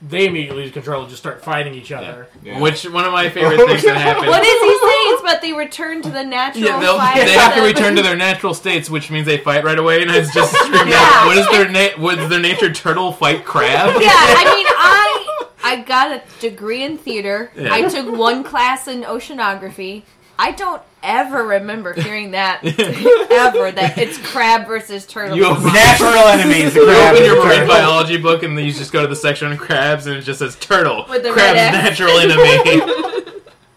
They immediately lose control and just start fighting each other.
Yeah.
Which one of my favorite things that happens.
What is he saying? It's about they return to the natural
Yeah, they'll-
fire
they have to
that-
return to their natural states, which means they fight right away. And I was just screaming,
Yeah.
out, "What is their na- what is their nature? Turtle fight crab?
Yeah, I mean I I got a degree in theater.
Yeah.
I took one class in oceanography. I don't ever remember hearing that ever that it's crab versus turtle.
You open,
Natural enemies. The
you
crab
open
and
your
the
marine
turtle.
biology book, and then you just go to the section on crabs, and it just says turtle,
With the
crab's
red X.
natural enemy.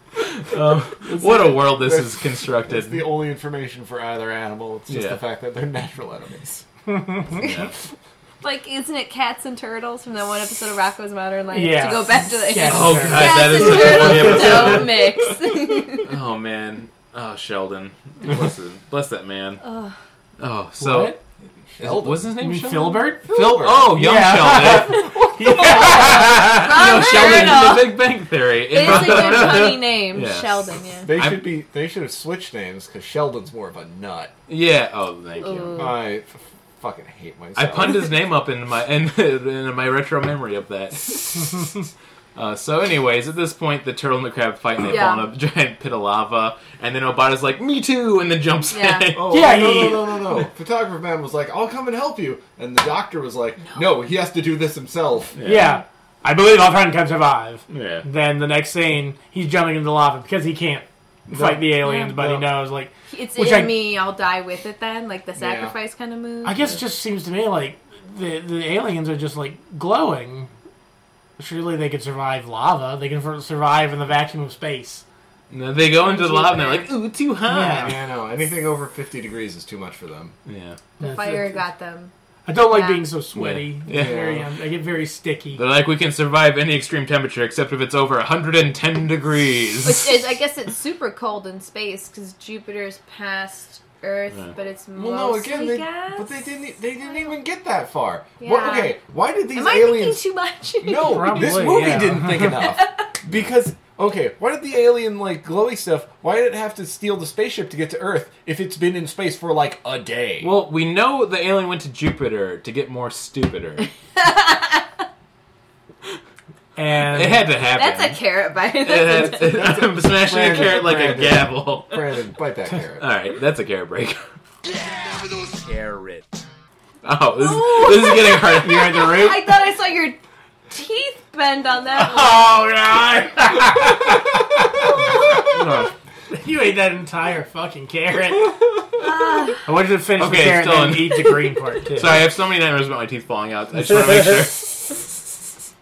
Um, what a world this is constructed.
It's the only information for either animal. It's just
Yeah.
the fact that they're natural enemies.
Yeah.
Like, isn't it cats and turtles from that one episode of Rocco's Modern Life?
Yeah.
To go back to the
Yes.
Oh god,
Cats
that is
and
such a funny episode.
turtles don't mix.
Oh man. Oh Sheldon. Bless, it. Bless that man. Oh, so
What?
what's his
You
name?
mean
Sheldon?
Filbert?
Phil. Oh, young
Yeah.
Sheldon. no, Sheldon from
Turtle.
the Big Bang Theory.
It is a good funny name,
Yes.
Sheldon. Yeah.
They
I'm-
should be. They should have switched names because Sheldon's more of a nut.
yeah. Oh, thank you.
Ooh.
I f- fucking hate myself.
I punned his name up in my in, in my retro memory of that. Uh, so, anyways, at this point, the turtle and the crab fight, and they
Yeah.
fall in a giant pit of lava. And then Obata's like, "Me too," and then jumps
Yeah.
in.
Oh
Yeah,
no,
he-
no, no, no, no! Photographer man was like, "I'll come and help you," and the doctor was like, "No, he has to do this himself."
Yeah. I believe our friend can survive.
Yeah.
Then the next scene, he's jumping into the lava because he can't fight the aliens,
Yeah.
but
No.
he knows. Like,
It's
Which
in
I-
me. I'll die with it. Then, like the sacrifice kind of move.
I guess it just seems to me like the the aliens are just like glowing. Surely they could survive lava. They can fur- survive in the vacuum of space.
And then they go into the lava, and they're like, "Ooh, too
I
hot."
mean, I know anything over fifty degrees is too much for them.
yeah.
The
Fire got them.
I don't like
Yeah.
being so sweaty.
Yeah.
It's very- um,
Yeah.
I get very sticky.
They're like, we can survive any extreme temperature except if it's over 110
Which
degrees.
is, I guess, it's super cold in space because Jupiter's past Earth, but it's mostly
Well, no, again, they,
gas.
but they didn't. e, They didn't even get that far. What-
Yeah.
okay, why did these
Am I thinking
aliens?
too much?
No,
Probably,
this movie
yeah.
didn't think enough. because okay, why did the alien like glowy stuff? Why did it have to steal the spaceship to get to Earth if it's been in space for like a day?
well, we know the alien went to Jupiter to get more stupider.
And
It had to happen.
That's a carrot by
It had- I'm smashing a
Brandon,
carrot like a
Brandon.
gavel.
Brandon, bite that carrot.
All right, that's a carrot break.
Carrot.
Uh, Oh, this, this is getting hard.
You're at the root?
I thought I saw your teeth bend on that one.
Oh god!
No.
you ate that entire fucking carrot. I want you to finish
Okay,
the carrot
it's
and
done.
then eat the green part too.
Sorry, I have so many nightmares about my teeth falling out. I just want to make sure.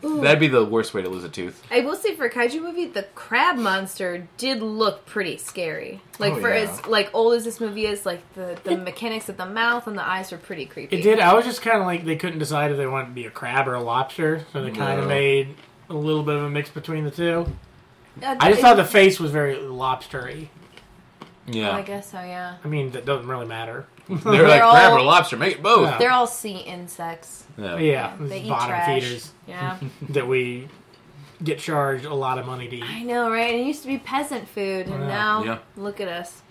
That'd be the worst way to lose a tooth.
I will say for a kaiju movie, the crab monster did look pretty scary. Like
Oh,
for
yeah.
as like old as this movie is, like the, the mechanics of the mouth and the eyes were pretty creepy.
It did. I was just kind of like they couldn't decide if they wanted to be a crab or a lobster, so they kind
No.
of made a little bit of a mix between the two.
Uh,
I just
it-
thought the face was very lobstery.
I
Yeah,
guess so. Yeah.
I mean, that doesn't really matter.
they were like
They're
crab
all-
or lobster, make it both.
Yeah.
They're all sea insects.
Yeah.
Yeah,
They
these
eat
bottom
trash.
feeders
Yeah.
that we get charged a lot of money to eat.
I know, right? It used to be peasant food, and
Yeah.
now
Yeah.
look at us.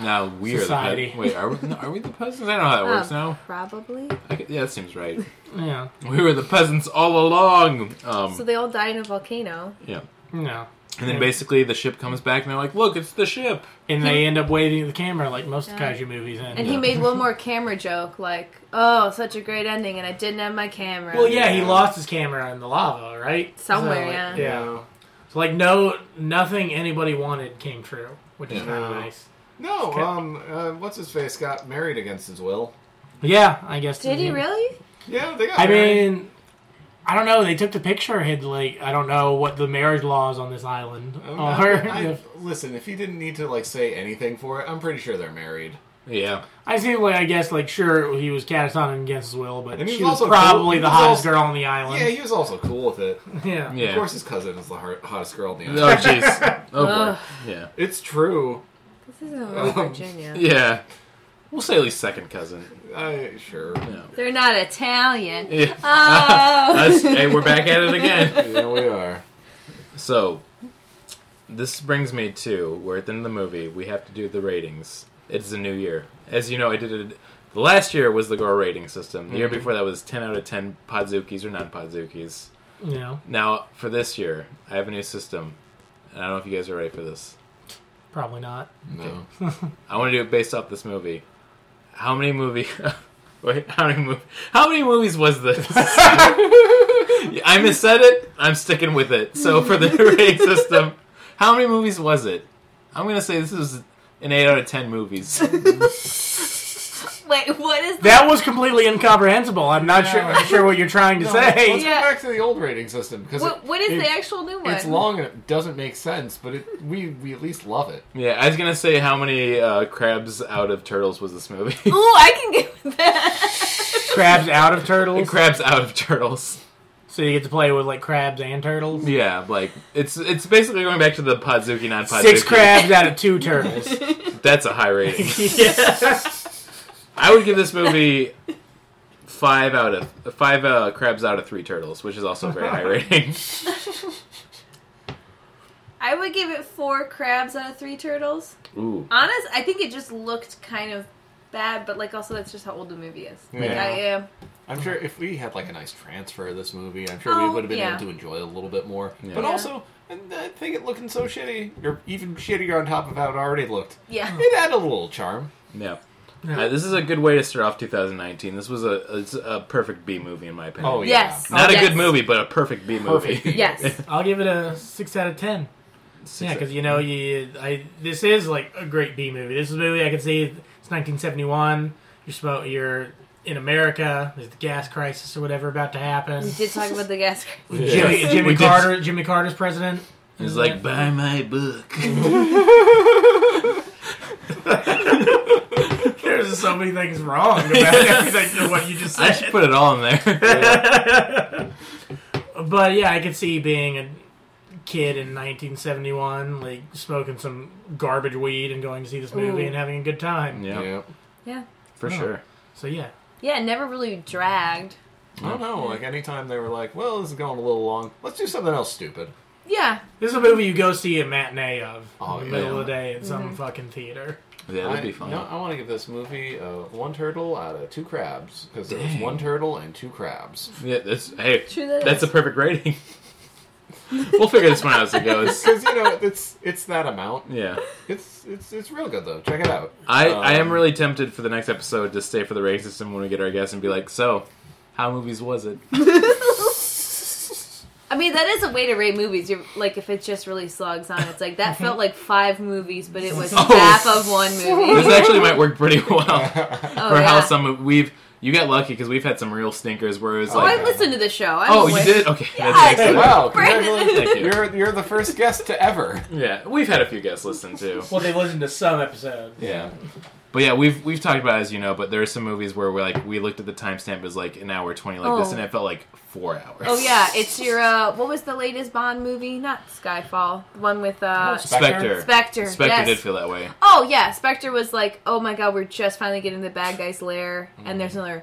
Now we're the
Society.
pe- wait. Are we, no, are we the peasants? I don't know how that works
Um,
now.
Probably.
I could- yeah, that seems right.
Yeah,
We were the peasants all along. Um,
So they all died in a volcano.
yeah.
no.
And then basically the ship comes back and they're like, "Look, it's the ship."
And they end up waving at the camera like most
Yeah.
kaiju movies end.
And he made one more camera joke, like, "Oh, such a great ending, and I didn't have my camera."
well, yeah, he lost his camera in the lava, right?
Somewhere,
like,
yeah.
Yeah. So like, no, nothing anybody wanted came true, which is
Yeah.
kind of
No.
nice.
No, um, uh, what's his face got married against his will.
Yeah, I guess.
Did he
yeah.
really?
Yeah, they got.
I
married.
mean, I don't know. They took the picture. Had like I don't know what the marriage laws on this island
I'm not-
are.
I- listen, if he didn't need to like say anything for it, I'm pretty sure they're married.
Yeah.
I see. Like I guess like sure he was catatonic against his will, but
And he
she
was
was
also
probably
cool.
the
He was
hottest
also-
girl on the
Yeah,
island.
he was also cool with it.
Yeah.
Yeah.
Of course, his cousin is the har- hottest girl in the island.
Oh jeez. Oh boy. Yeah.
It's true.
This isn't real
Um,
Oh, Virginia.
Yeah. We'll say at least second cousin.
I sure.
Yeah.
They're not Italian.
Yeah.
Oh.
Us- hey, we're back at it again.
Yeah, we are.
So, this brings me to we're at the end of the movie. We have to do the ratings. It's a new year. As you know, I did it. The last year was the Gore rating system. The
Mm-hmm.
year before that was 10 out of 10 Podzukis or non Podzukis.
You know,
Now, for this year, I have a new system. And I don't know if you guys are ready for this.
probably not.
No.
I want to do it based off this movie. How many movie? Wait, how many movie? How many movies was this? I missaid it. I'm sticking with it. So for the rating system, how many movies was it? I'm gonna say this is an eight out of ten movies.
Wait, what is that?
That was completely incomprehensible. I'm not sure sure what you're trying to
Let's
say.
go back to the old rating system because
What, what is the
It's-
actual new one?
it's long and it doesn't make sense, but it, we we at least love it.
Yeah, I was gonna say how many uh, crabs out of turtles was this movie?
Ooh, I can get with that.
Crabs out of turtles,
crabs out of turtles.
so you get to play with like crabs and turtles.
Yeah, like it's it's basically going back to the Podzuki non Podzuki.
Six crabs out of two turtles.
That's a high rating.
yeah.
I would give this movie five out of five uh, crabs out of three turtles, which is also a very high rating.
I would give it four crabs out of three turtles.
Ooh,
Honest, I think it just looked kind of bad, but like also that's just how old the movie is. Like
Yeah.
I uh, am.
I'm sure if we had like a nice transfer of this movie, I'm sure
Oh,
we would have been
yeah.
able to enjoy it a little bit more.
Yeah.
But
Yeah.
also, and I think it looking so shitty, or even shittier on top of how it already looked.
Yeah.
It had a little charm.
no. Uh, this is a good way to start off 2019. This was a it's a perfect B movie in my opinion.
Oh, yeah.
Yes.
Not
yes.
a good movie, but a perfect B movie.
Perfect.
Yes.
I'll give it a six out of ten. Yeah, because you know, you I this is like a great B movie. This is a movie I can see. It's 1971. You're smo- You're in America. There's the gas crisis or whatever about to happen.
We did talk about the gas. crisis.
Jimmy,
Yes.
Jimmy
We did.
Carter. Jimmy Carter's president.
It's like buy my book.
There's so many things wrong about everything than what you just
I should put it all in there.
But yeah, I could see being a kid in 1971, like smoking some garbage weed and going to see this movie
Ooh.
and having a good time.
yeah,
Yeah.
Yeah.
for sure.
So yeah,
Yeah. it Never really dragged.
I don't know. Like anytime they were like, "Well, this is going a little long. Let's do something else stupid."
Yeah.
this is a movie you go see a matinee of
Oh,
in
yeah.
the middle of the day at some
Mm-hmm.
fucking theater.
Yeah, that'd be
I-
fun.
No, I want to give this movie uh, one turtle out of two crabs because there was
Dang.
one turtle and two crabs.
Yeah, that's hey,
True that
that's
is.
a perfect rating. We'll figure this one out as it goes.
Because you know it's it's that amount.
Yeah.
It's it's it's real good though. Check it out.
I, I am
Um,
really tempted for the next episode to stay for the rating system when we get our guests and be like, so, how movies was it?
I mean, that is a way to rate movies. You're like, if it just really slogs on, it's like that felt like five movies, but it was
Oh.
half of one movie.
This actually might work pretty well for
Oh,
how
yeah.
some of we've. You got lucky because we've had some real stinkers where it was
Oh,
Oh,
like,
I listened to the show. I'm
oh, you
aware.
did? Okay,
Yeah.
that's
Hey,
excellent.
wow!
Brandon.
Congratulations.
Thank you.
You're you're the first guest to ever.
Yeah, we've had a few guests listen too.
Well, they listened to some episode.
Yeah.
But yeah, we've we've talked about it, as you know, but there are some movies where we are like we looked at the timestamp as like an hour twenty like this,
Oh.
and it felt like four hours.
Oh yeah, it's your uh, what was the latest Bond movie? Not Skyfall, the one with uh,
Oh,
Spectre.
Spectre.
Spectre
yes.
did feel that way.
Oh yeah, Spectre was like, oh my god, we're just finally getting the bad guy's lair, and there's another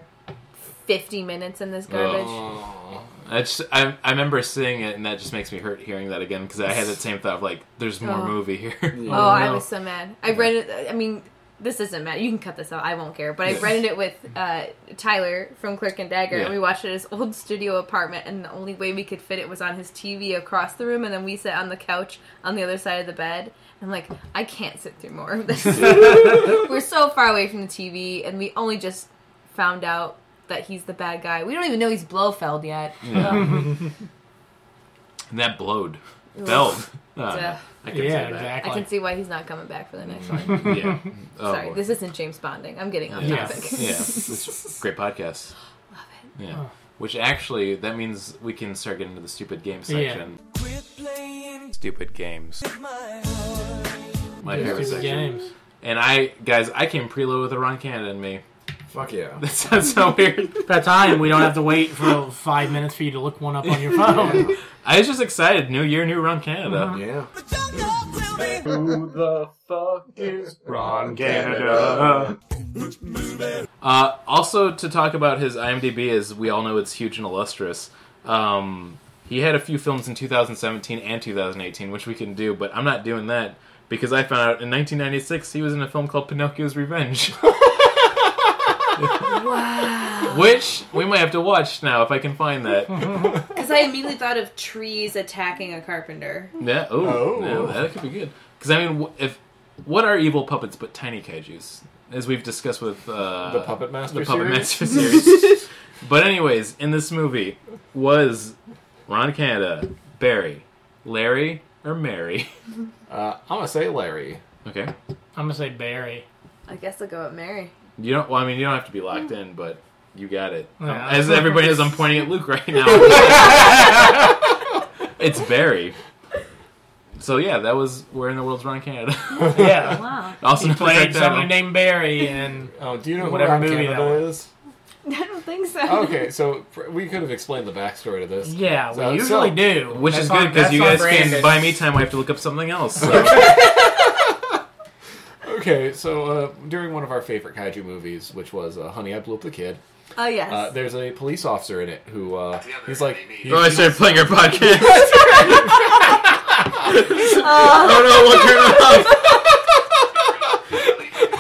fifty minutes in this garbage.
Oh.
I just I, I remember seeing it, and that just makes me hurt hearing that again because I had that same thought of like, there's more
Oh.
movie here.
Oh,
Oh,
I
no.
was so mad. I rented. I mean, this isn't mad. You can cut this out. I won't care. But I rented it with uh, Tyler from Clerk and Dagger,
Yeah.
and we watched it at his old studio apartment. And the only way we could fit it was on his TV across the room, and then we sat on the couch on the other side of the bed. I'm like, I can't sit through more of this. We're so far away from the TV, and we only just found out that he's the bad guy. We don't even know he's Blofeld yet.
Yeah. and that blowed, felled. Uh,
Ugh.
I can
Yeah,
see that.
exactly.
I can see why he's not coming back for the next one.
Yeah. Oh,
Sorry, this isn't James Bonding. I'm getting off
Yeah.
topic.
yeah. It's a great podcast. Yeah. Which actually, that means we can start getting into the stupid games
Yeah.
section. Stupid games. My favorite
Stupid
section.
games.
And I, guys, I came preloaded with the Ron Canada in me.
Fuck yeah.
That sounds so weird.
That time we don't have to wait for five minutes for you to look one up on your phone.
I was just excited. New year, new Ron
Uh-huh.
Canada.
Yeah.
Who the fuck is Ron
Canada?
Uh, also, to talk about his IMDb, as we all know, it's huge and illustrious. Um, he had a few films in 2017 and 2018, which we can do, but I'm not doing that because I found out in 1996 he was in a film called Pinocchio's Revenge. Which we might have to watch now if I can find that.
Because I immediately thought of trees attacking a carpenter.
Yeah. Oh,
Oh.
yeah, that could be good. Because I mean, wh- if what are evil puppets but tiny kaiju's, as we've discussed with uh,
The Puppet Master
the Puppet
series?
Master series. but anyways, in this movie was Ron Canada, Barry, Larry, or Mary.
Uh, I'm gonna say Larry.
Okay.
I'm gonna say Barry.
I guess I'll go with Mary.
You don't. Well, I mean, you don't have to be locked in, but you got it. Um,
Yeah.
As everybody knows, I'm pointing at Luke right now. it's Barry. So yeah, that was where in the world's Ron Canada.
Yeah.
Wow.
also
He
known as Red
played somebody
Devil.
named Barry, and
Oh, do you know
Whatever
who Ron
movie
Canada
that
is?
I don't think so.
Oh,
Okay, so pr- we could have explained the backstory to this.
yeah, we
So-
usually
so-
do.
Which
That's
is good
on-
because
that's
you
on
guys can
Brandon.
buy me time. I have to look up something else. So.
Okay, so uh, during one of our favorite kaiju movies, which was uh, Honey, I Blew Up the Kid,
Oh yes.
uh, there's a police officer in it who uh, he's like, he-
oh, I started playing your podcast. oh no, we'll turn it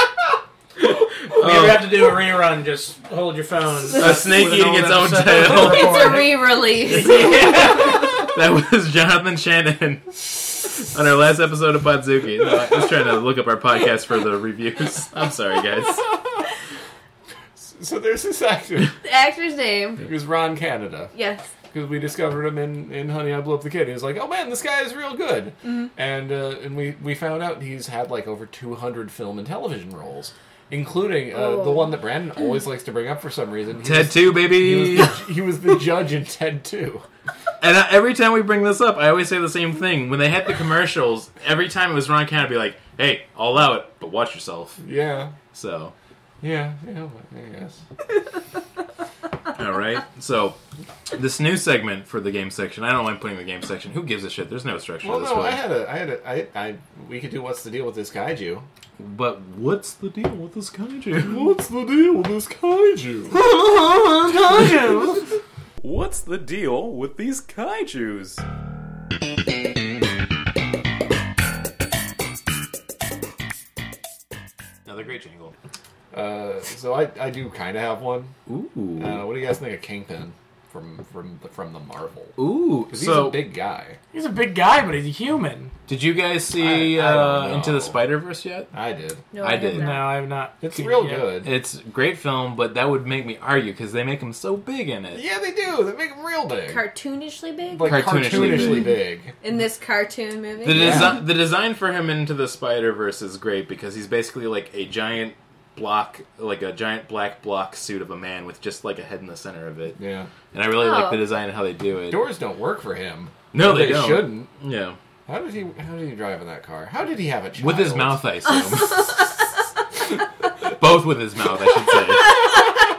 off.
We ever
Oh.
have to do a rerun. Just hold your phone.
A snake
With an
eating
old
its own
episode.
tail.
it's a re-release.
That was Jonathan Shannon on our last episode of Podzuki. No, I was trying to look up our podcast for the reviews. I'm sorry, guys.
so there's this actor
the actor's name.
who's Ron Canada
Yes.
because we discovered him in, in Honey, I Blew Up the Kid. He was like, oh man, this guy is real good, and uh, and we we found out he's had like over 200 film and television roles, including uh,
Oh.
the one that Brandon always likes to bring up for some reason. He
Ted
was-
Two,
He
baby.
was, the, he was the judge in Ted 2.
And I, every time we bring this up, I always say the same thing. When they had the commercials, every time it was Ron Canada, be like, "Hey, I'll allow it, but watch yourself."
Yeah.
So,
Yeah, yeah, I guess.
all right. So, this new segment for the game section. I don't like putting the game section. Who gives a shit? There's no structure
Well,
to this
no,
really.
I had a, I had a, I, I, we could do what's the deal with this kaiju.
But what's the deal with this kaiju?
What's the deal with this kaiju?
What's the deal with these kaiju's?
Another great jingle.
uh, so I, I do kind of have one.
Ooh.
Uh, what do you guys think of Kingpin? from from the, from the Marvel.
Ooh,
'Cause he's
so
a big guy.
He's a big guy, but he's a human.
did you guys see
I- I don't
uh,
know.
Into the Spider Verse yet?
I did.
No,
I
I, did
didn't.
No,
not.
I've not.
It's
seen it
real
yet.
good.
It's a great film, but that would make me argue because they make him so big in it.
yeah, they do. They make him real big,
Cartoonishly big
like
Cartoonishly
cartoonishly,
big.
big.
in this cartoon movie.
The,
Yeah.
desi- the design for him into the Spider Verse is great because he's basically like a giant block, like a giant black block suit of a man with just like a head in the center of it.
Yeah,
And I really like
Oh.
the design and how they do it.
doors don't work for him.
no,
But
they, don't.
shouldn't.
Yeah,
How did he? How did he drive in that car? How did he have a child?
with his mouth, I assume. Both with his mouth, I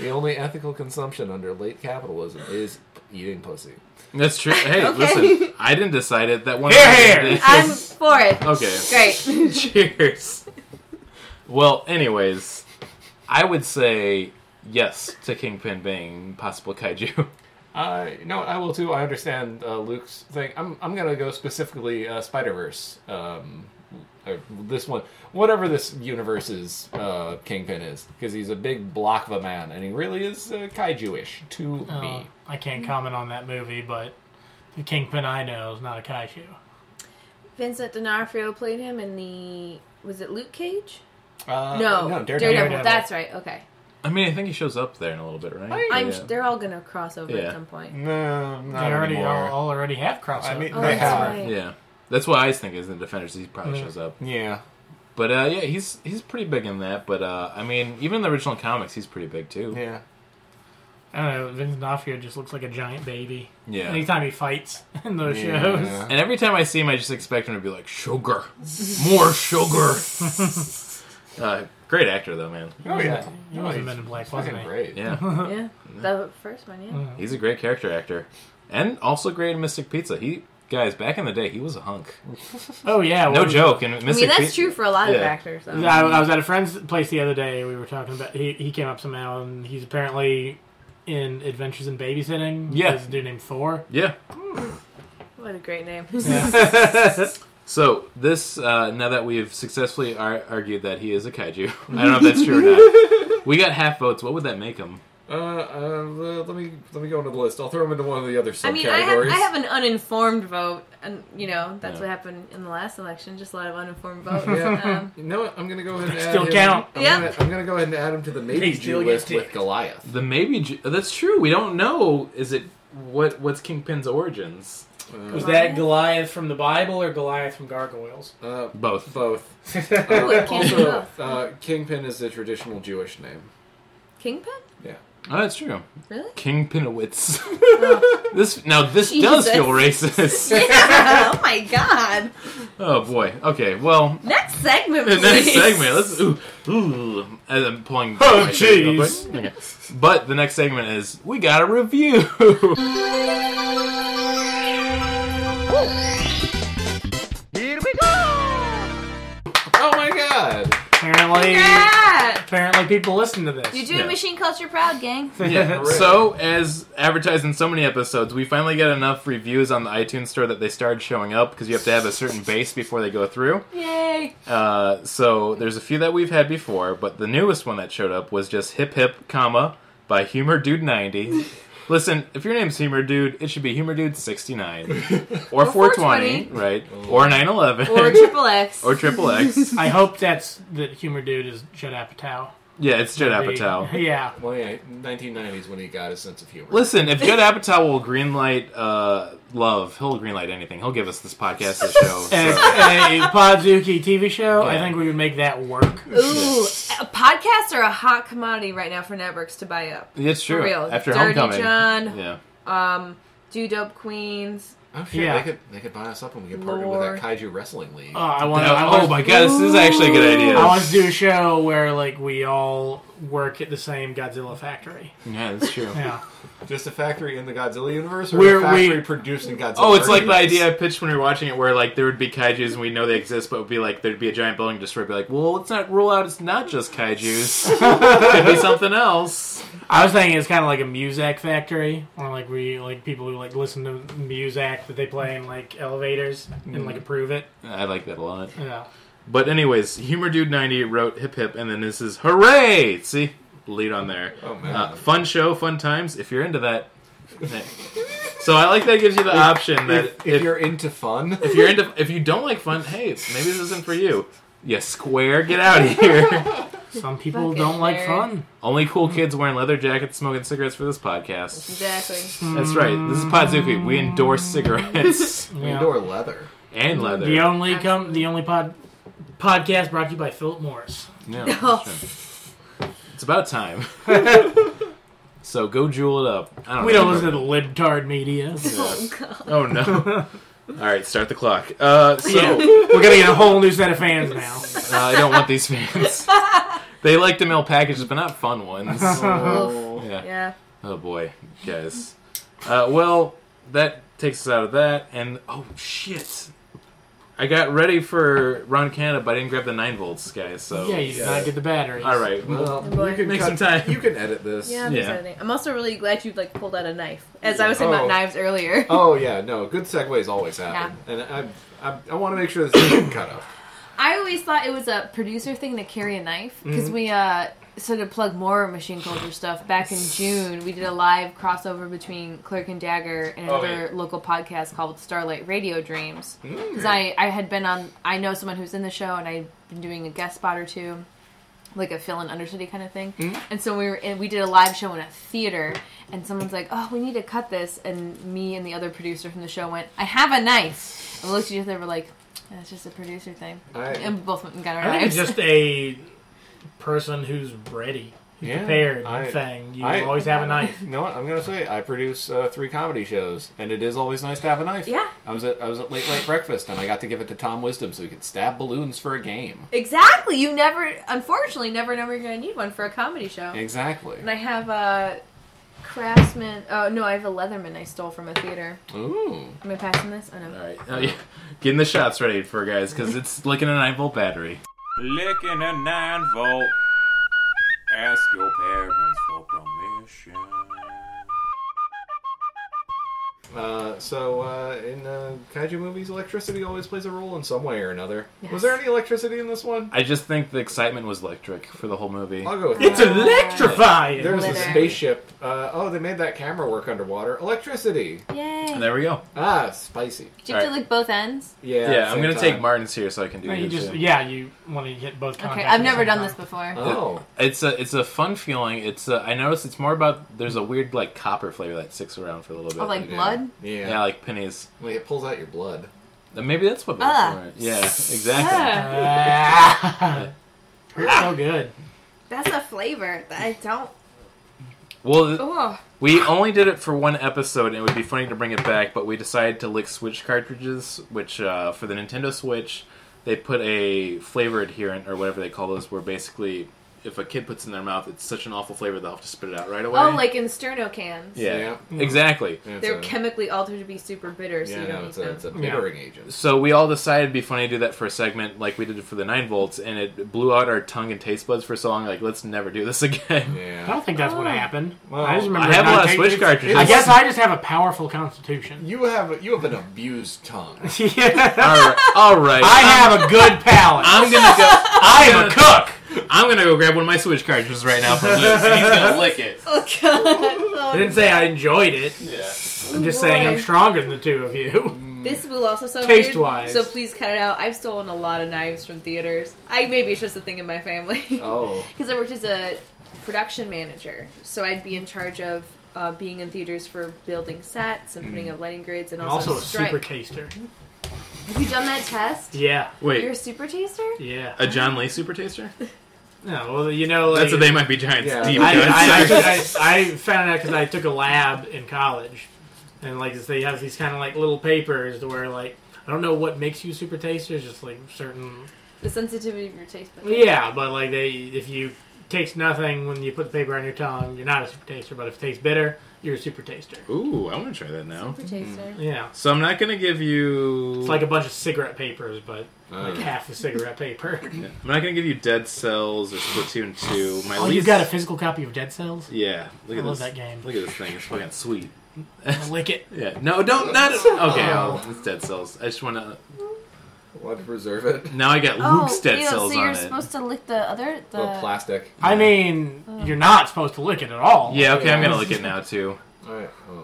The only ethical consumption under late capitalism is eating pussy.
should say. That's true. Hey,
Okay.
listen, I didn't decide it. That one.
Here, here.
I'm for it.
Okay.
Great.
Cheers. Well, anyways, I would say yes to Kingpin being possible kaiju.
I no, I will too. I understand uh, Luke's thing. I'm I'm gonna go specifically uh, Spider Verse. Um, or this one, whatever this universe's uh, kingpin is, because he's a big block of a man, and he really is uh, kaiju-ish to
Oh,
me.
I can't comment on that movie, but the Kingpin I know is not a kaiju.
Vincent D'Onofrio played him in the was it Luke Cage?
Uh,
no,
Daredevil.
Daredevil.
Daredevil.
That's right. Okay,
I mean, I think he shows up there in a little bit, right?
I-
I'm.
Yeah.
They're all gonna cross over
Yeah.
at some point.
No,
They
not
already
anymore.
all, all already have crossed.
I mean,
Oh,
they
that's
have.
right.
Yeah. That's why I was thinking is in Defenders he probably shows up.
Yeah,
But uh, yeah, he's he's pretty big in that. But uh, I mean, even in the original comics, he's pretty big too.
yeah.
I don't know. Vincent D'Onofrio just looks like a giant baby.
Yeah.
Anytime he fights in those
Yeah.
shows,
And every time I see him, I just expect him to be like sugar, more sugar. uh, great actor though, man.
Oh yeah,
he was in Men in Black, wasn't
fucking
he?
great.
Yeah,
Yeah, the first one. Yeah.
he's a great character actor, and also great in Mystic Pizza. He guys back in the day, he was a hunk.
Oh yeah,
No
what was-
joke. In Mystic
I mean, that's
Pizza-
true for a lot
Yeah.
of actors. Though.
I, I was at a friend's place the other day. We were talking about he, he came up somehow, and he's apparently in Adventures in Babysitting.
Yeah.
there's a dude named Thor.
Yeah.
What a great name.
So this uh, now that we've successfully ar- argued that he is a kaiju, I don't know if that's true or not. We got half votes. What would that make him?
Uh, uh, let me let me go into the list. I'll throw him into one of the other subcategories.
I mean, I have, I have an uninformed vote, and you know that's
Yeah.
what happened in the last election. Just a lot of uninformed votes.
Yeah.
um,
You know what? I'm gonna go ahead and
Still
add him-
count.
I'm,
Yeah.
gonna, I'm gonna go ahead and add him to the maybe
They
Jew
still get
list with
dick.
Goliath.
The maybe Ju- uh, that's true. We don't know. Is it what? What's Kingpin's origins?
Uh,
Was
that
Goliath from the Bible or Goliath from Gargoyles?
Uh,
Both.
both. Uh,
Ooh, it can't be
Also,
both.
uh, Kingpin is the traditional Jewish name.
Kingpin?
Yeah.
Oh, that's true.
Really?
King Pinowitz. this now this does
Jesus.
feel racist.
Yeah. oh my god.
oh boy. Okay. Well,
Next segment.
the
Please.
next segment. Let's ooh ooh. As I'm pulling.
Oh,
my shirt real quick.
jeez.
Okay. But the next segment is we got a review.
Oh my god!
Apparently,
Yeah.
apparently people listen to this.
You're doing
Yeah.
machine culture proud, gang.
Yeah.
Hooray.
So, as advertised in so many episodes, we finally got enough reviews on the iTunes store that they started showing up because you have to have a certain base before they go through.
Yay.
Uh, so, there's a few that we've had before, but the newest one that showed up was just Hip Hip, comma, by Humor Dude 90. Listen, if your name's Humor Dude, it should be Humor Dude 69 or 420,
420.
right? Or 911
Or triple X.
or triple X.
I hope that's that humor dude is Judd Apatow.
Yeah, it's Judd Apatow.
Yeah.
Well, yeah, 1990s when he got his sense of humor.
Listen, if Judd Apatow will greenlight uh, love, he'll greenlight anything. He'll give us this podcast, this show.
A,
so-
a Podzuki TV show. I
Yeah.
think we would make that work.
Ooh, a podcasts are a hot commodity right now for networks to buy up.
It's true.
For real.
After
Dirty
Homecoming,
John.
yeah,
Um, Do Dope Queens.
I'm sure
Yeah.
Oh, they could they could buy us up and we could partner with that
Lord.
kaiju wrestling league.
Oh, I want.
That-
I
oh
want
my god, this is actually a good idea.
I want to do a show where like we all work at the same Godzilla factory.
yeah, that's true.
Yeah.
Just a factory in the Godzilla universe, or
We're-
a factory
we-
producing Godzilla.
Oh, it's like the
cartoons?
idea I pitched when we were watching it, where like there would be kaiju's and we know they exist, but it would be like there'd be a giant building destroyed. Be like, well, let's not rule out it's not just kaiju's. Could be something else.
I was thinking it's kind of like a Muzak factory, or like we like people who like listen to Muzak that they play in like elevators and like approve it.
I like that a lot.
Yeah.
But anyways, Humor Dude ninety wrote hip hip, and then this is hooray. See, lead on there.
Oh, man.
Uh, fun show, fun times. If you're into that, So I like that gives you the option that
If, if you're into fun,
if you're into if you don't like fun, hey, maybe this isn't for you. You square, get out of here.
Some people
Fucking
don't like
nerd.
fun.
Only cool kids wearing leather jackets, smoking cigarettes for this podcast.
Exactly.
That's right. This is Podzuki. We endorse cigarettes
we
Yeah.
adore leather.
and leather.
The only com- the only pod podcast brought to you by Philip Morris.
Yeah, that's true. It's about time. so go jewel it up. I don't
We
know.
don't listen to the libtard media.
Oh, God.
Oh no. All right, start the clock. Uh, so
Yeah. We're gonna get a whole new set of fans now.
uh, I don't want these fans. they like the mail packages, but not fun ones.
Oof.
Yeah.
Yeah.
Oh boy, guys. Uh, well, that takes us out of that, and oh shit. I got ready for Ron Canada, but I didn't grab the nine volts, guys. So
Yeah, you did not get the batteries.
all right. Well,
Well,
boy.
you can
Make
cut-
some time.
You can edit this.
Yeah,
Yeah.
yeah. I'm also really glad you like pulled out a knife, as I was saying
Oh.
about knives earlier.
Oh yeah, no. Good segues always happen, and I, I, I want to make sure this isn't cut up.
I always thought it was a producer thing to carry a knife because we uh so to plug more machine culture stuff back in June we did a live crossover between Clerk and Dagger and
Oh,
another local podcast called Starlight Radio Dreams because I I had been on I know someone who's in the show and I've been doing a guest spot or two like a fill in Undercity kind of thing. And so we were and we did a live show in a theater and someone's like, Oh, we need to cut this and me and the other producer from the show went, I have a knife and we looked at each other and we're like, "Yeah, it's just a producer thing.
I,
And we both went and got our
I think it's
knives.
just a person who's ready, who's
Yeah,
prepared
I-
thing. You
I-
always have a knife.
You know what? I'm gonna say I produce uh, three comedy shows, and it is always nice to have a knife.
Yeah.
I was at I was at late late breakfast, and I got to give it to Tom Wisdom so he could stab balloons for a game.
exactly. You never, unfortunately, never know where you're going to need one for a comedy show.
Exactly.
And I have a craftsman. Oh no, I have a Leatherman I stole from a theater.
Ooh.
Am I passing this? Oh
all
no.
right. Oh, yeah. Getting the shots ready for guys because it's licking a nine volt battery.
Licking a nine volt. Ask your parents for permission.
Uh, so uh, in uh, kaiju movies, electricity always plays a role in some way or another.
Yes.
Was there any electricity in this one?
I just think the excitement was electric for the whole movie.
I'll go with
It's
that.
electrifying.
There was a
Glitter.
spaceship. Uh, oh, they made that camera work underwater. Electricity.
Yay.
And there we go.
Ah, spicy.
Did you have to
Alright.
lick both ends?
Yeah.
Yeah, I'm
same
gonna take
time.
Martin's here so I can do
No, you
this.
just
yeah.
yeah, you want to hit both.
Okay,
contacts
I've
at
never
the
done
same
this
time.
before.
Oh.
It's a it's a fun feeling. It's a, I noticed it's more about there's a weird like copper flavor that sticks around for a little bit.
Oh, like
Yeah.
blood?
Yeah.
yeah, like pennies.
Well, it pulls out your blood.
Then Maybe that's what.
Ah.
Uh. Yeah, exactly.
Ah.
Ugh.
Uh, It's so good.
that's a flavor that I don't.
Well, th-
Oh,
we only did it for one episode, and it would be funny to bring it back, but we decided to lick Switch cartridges, which uh, for the Nintendo Switch, they put a flavor adherent or whatever they call those, where basically if a kid puts it in their mouth, it's such an awful flavor they'll have to spit it out right away.
oh, like in Sterno cans.
yeah, Mm-hmm.
Yeah.
exactly.
Yeah, it's
They're
a-
chemically altered to be super bitter, so
yeah,
you don't
no,
eat
it's a,
them.
it's a bittering agent.
So we all decided it'd be funny to do that for a segment like we did for the nine volts, and it blew out our tongue and taste buds for so long. Like, let's never do this again.
I
Yeah.
don't think that's what
Oh.
happened.
Well,
I just remember
I have a
not
lot of
taking-
Switch cartridges.
I guess I just have a powerful constitution.
You have you have an abused tongue.
yeah.
all right, all right.
I have a good palate.
I'm gonna go.
I am a cook.
I'm gonna go grab one of my Switch cartridges right now from Luke, and he's gonna lick it.
Oh, God.
I didn't say I enjoyed it. I'm just saying I'm
Boy.
stronger than the two of you.
This will also sound
Taste
taste
wise.
wise. So please cut it out. I've stolen a lot of knives from theaters. I maybe it's just a thing in my family because
Oh.
I worked as a production manager, so I'd be in charge of uh, being in theaters for building sets and putting up lighting grids and
I'm
also,
also a
strike.
super taster.
Have you done that test?
Yeah.
You're a
Wait,
super taster.
Yeah.
a John Lee Super Taster?
No, well, you know, like,
That's a They Might Be Giants
Yeah.
deep
I,
cut.
I, I, I, I found out because I took a lab in college, and like they have these kind of like little papers to where like I don't know what makes you super tasters, just like certain
The sensitivity of your taste buds.
yeah, but like they if you taste nothing when you put the paper on your tongue, you're not a super taster. But if it tastes bitter, you're a super taster.
Ooh, I want to try that now.
Super taster.
Yeah,
So I'm not gonna give you.
it's like a bunch of cigarette papers, but like
Uh.
Oh.
half the cigarette paper.
I'm not gonna give you Dead Cells or Splatoon Two. My
oh,
least...
you've got a physical copy of Dead Cells?
Yeah, look
I
at
love
this.
that game.
Look at this thing. It's fucking sweet.
Lick it.
Yeah. No, don't not Okay,
Oh.
it's Dead Cells. I just want to
Want to preserve it?
Now I got
Oh,
Luke's Dead
yeah,
Cells
Oh, so
on
you're
it.
supposed to lick the other the.
Little plastic.
I mean, you're not supposed to lick it at all.
Yeah, okay, I'm
Yeah.
going to lick it now too.
All right. Oh.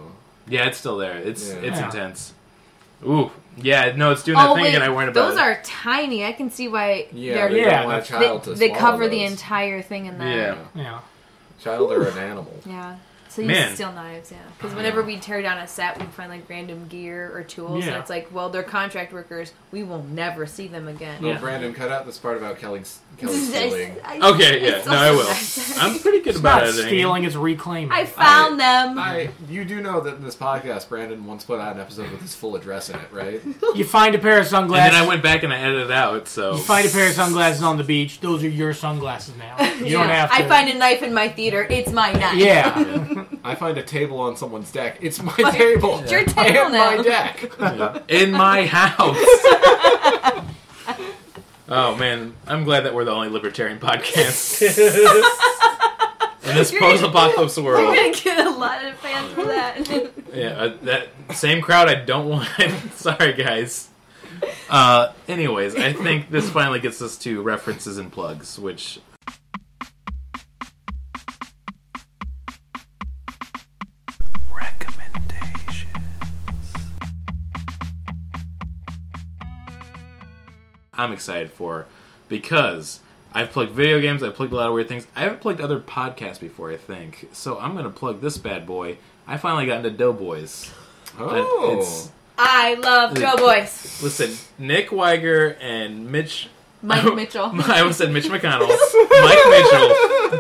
Yeah, it's still there. It's
Yeah.
it's
Yeah.
intense. Ooh, yeah, no, it's doing that thing again. I worried about
Oh, those
it.
are tiny. I can see why
Yeah,
they're
they
Yeah,
don't want a
that's-
child
they,
to
they
swallow
cover the
those.
entire thing in that.
Yeah.
Yeah.
Child or an animal.
Yeah. So you
Man.
steal knives, yeah. Because whenever we tear down a set, we find like random gear or tools, and
Yeah.
it's like, well, they're contract workers. We will never see them again.
No,
Yeah.
Oh, Brandon, cut out this part about Kelly Kelly stealing.
Okay, yeah, no, I will. I'm pretty good
It's
about
not
editing.
stealing, it's reclaiming.
I found them.
I, you do know that in this podcast, Brandon once put out an episode with his full address in it, right?
you find a pair of sunglasses.
And then I went back and I edited it out. So
You find a pair of sunglasses on the beach. Those are your sunglasses now. You
Yeah.
don't have to.
I find a knife in my theater. It's my knife.
Yeah.
I find a table on someone's deck. It's my
My-
table.
It's your
I
table
have
now.
my deck.
uh, in my house. oh man, I'm glad that we're the only libertarian podcast in this
You're gonna-
post-apocalypse
You're
world.
gonna get a lot of fans for that.
Yeah, uh, that same crowd I don't want. Sorry, guys. Uh, anyways, I think this finally gets us to references and plugs, which. I'm excited for because I've plugged video games, I've plugged a lot of weird things. I haven't plugged other podcasts before, I think. So I'm going to plug this bad boy. I finally got into Doughboys.
Oh.
It's-
I love
Yeah.
Doughboys.
Listen, Nick Weiger and Mitch. Oh.
Mike Mitchell.
I almost said Mitch McConnell. Mike Mitchell.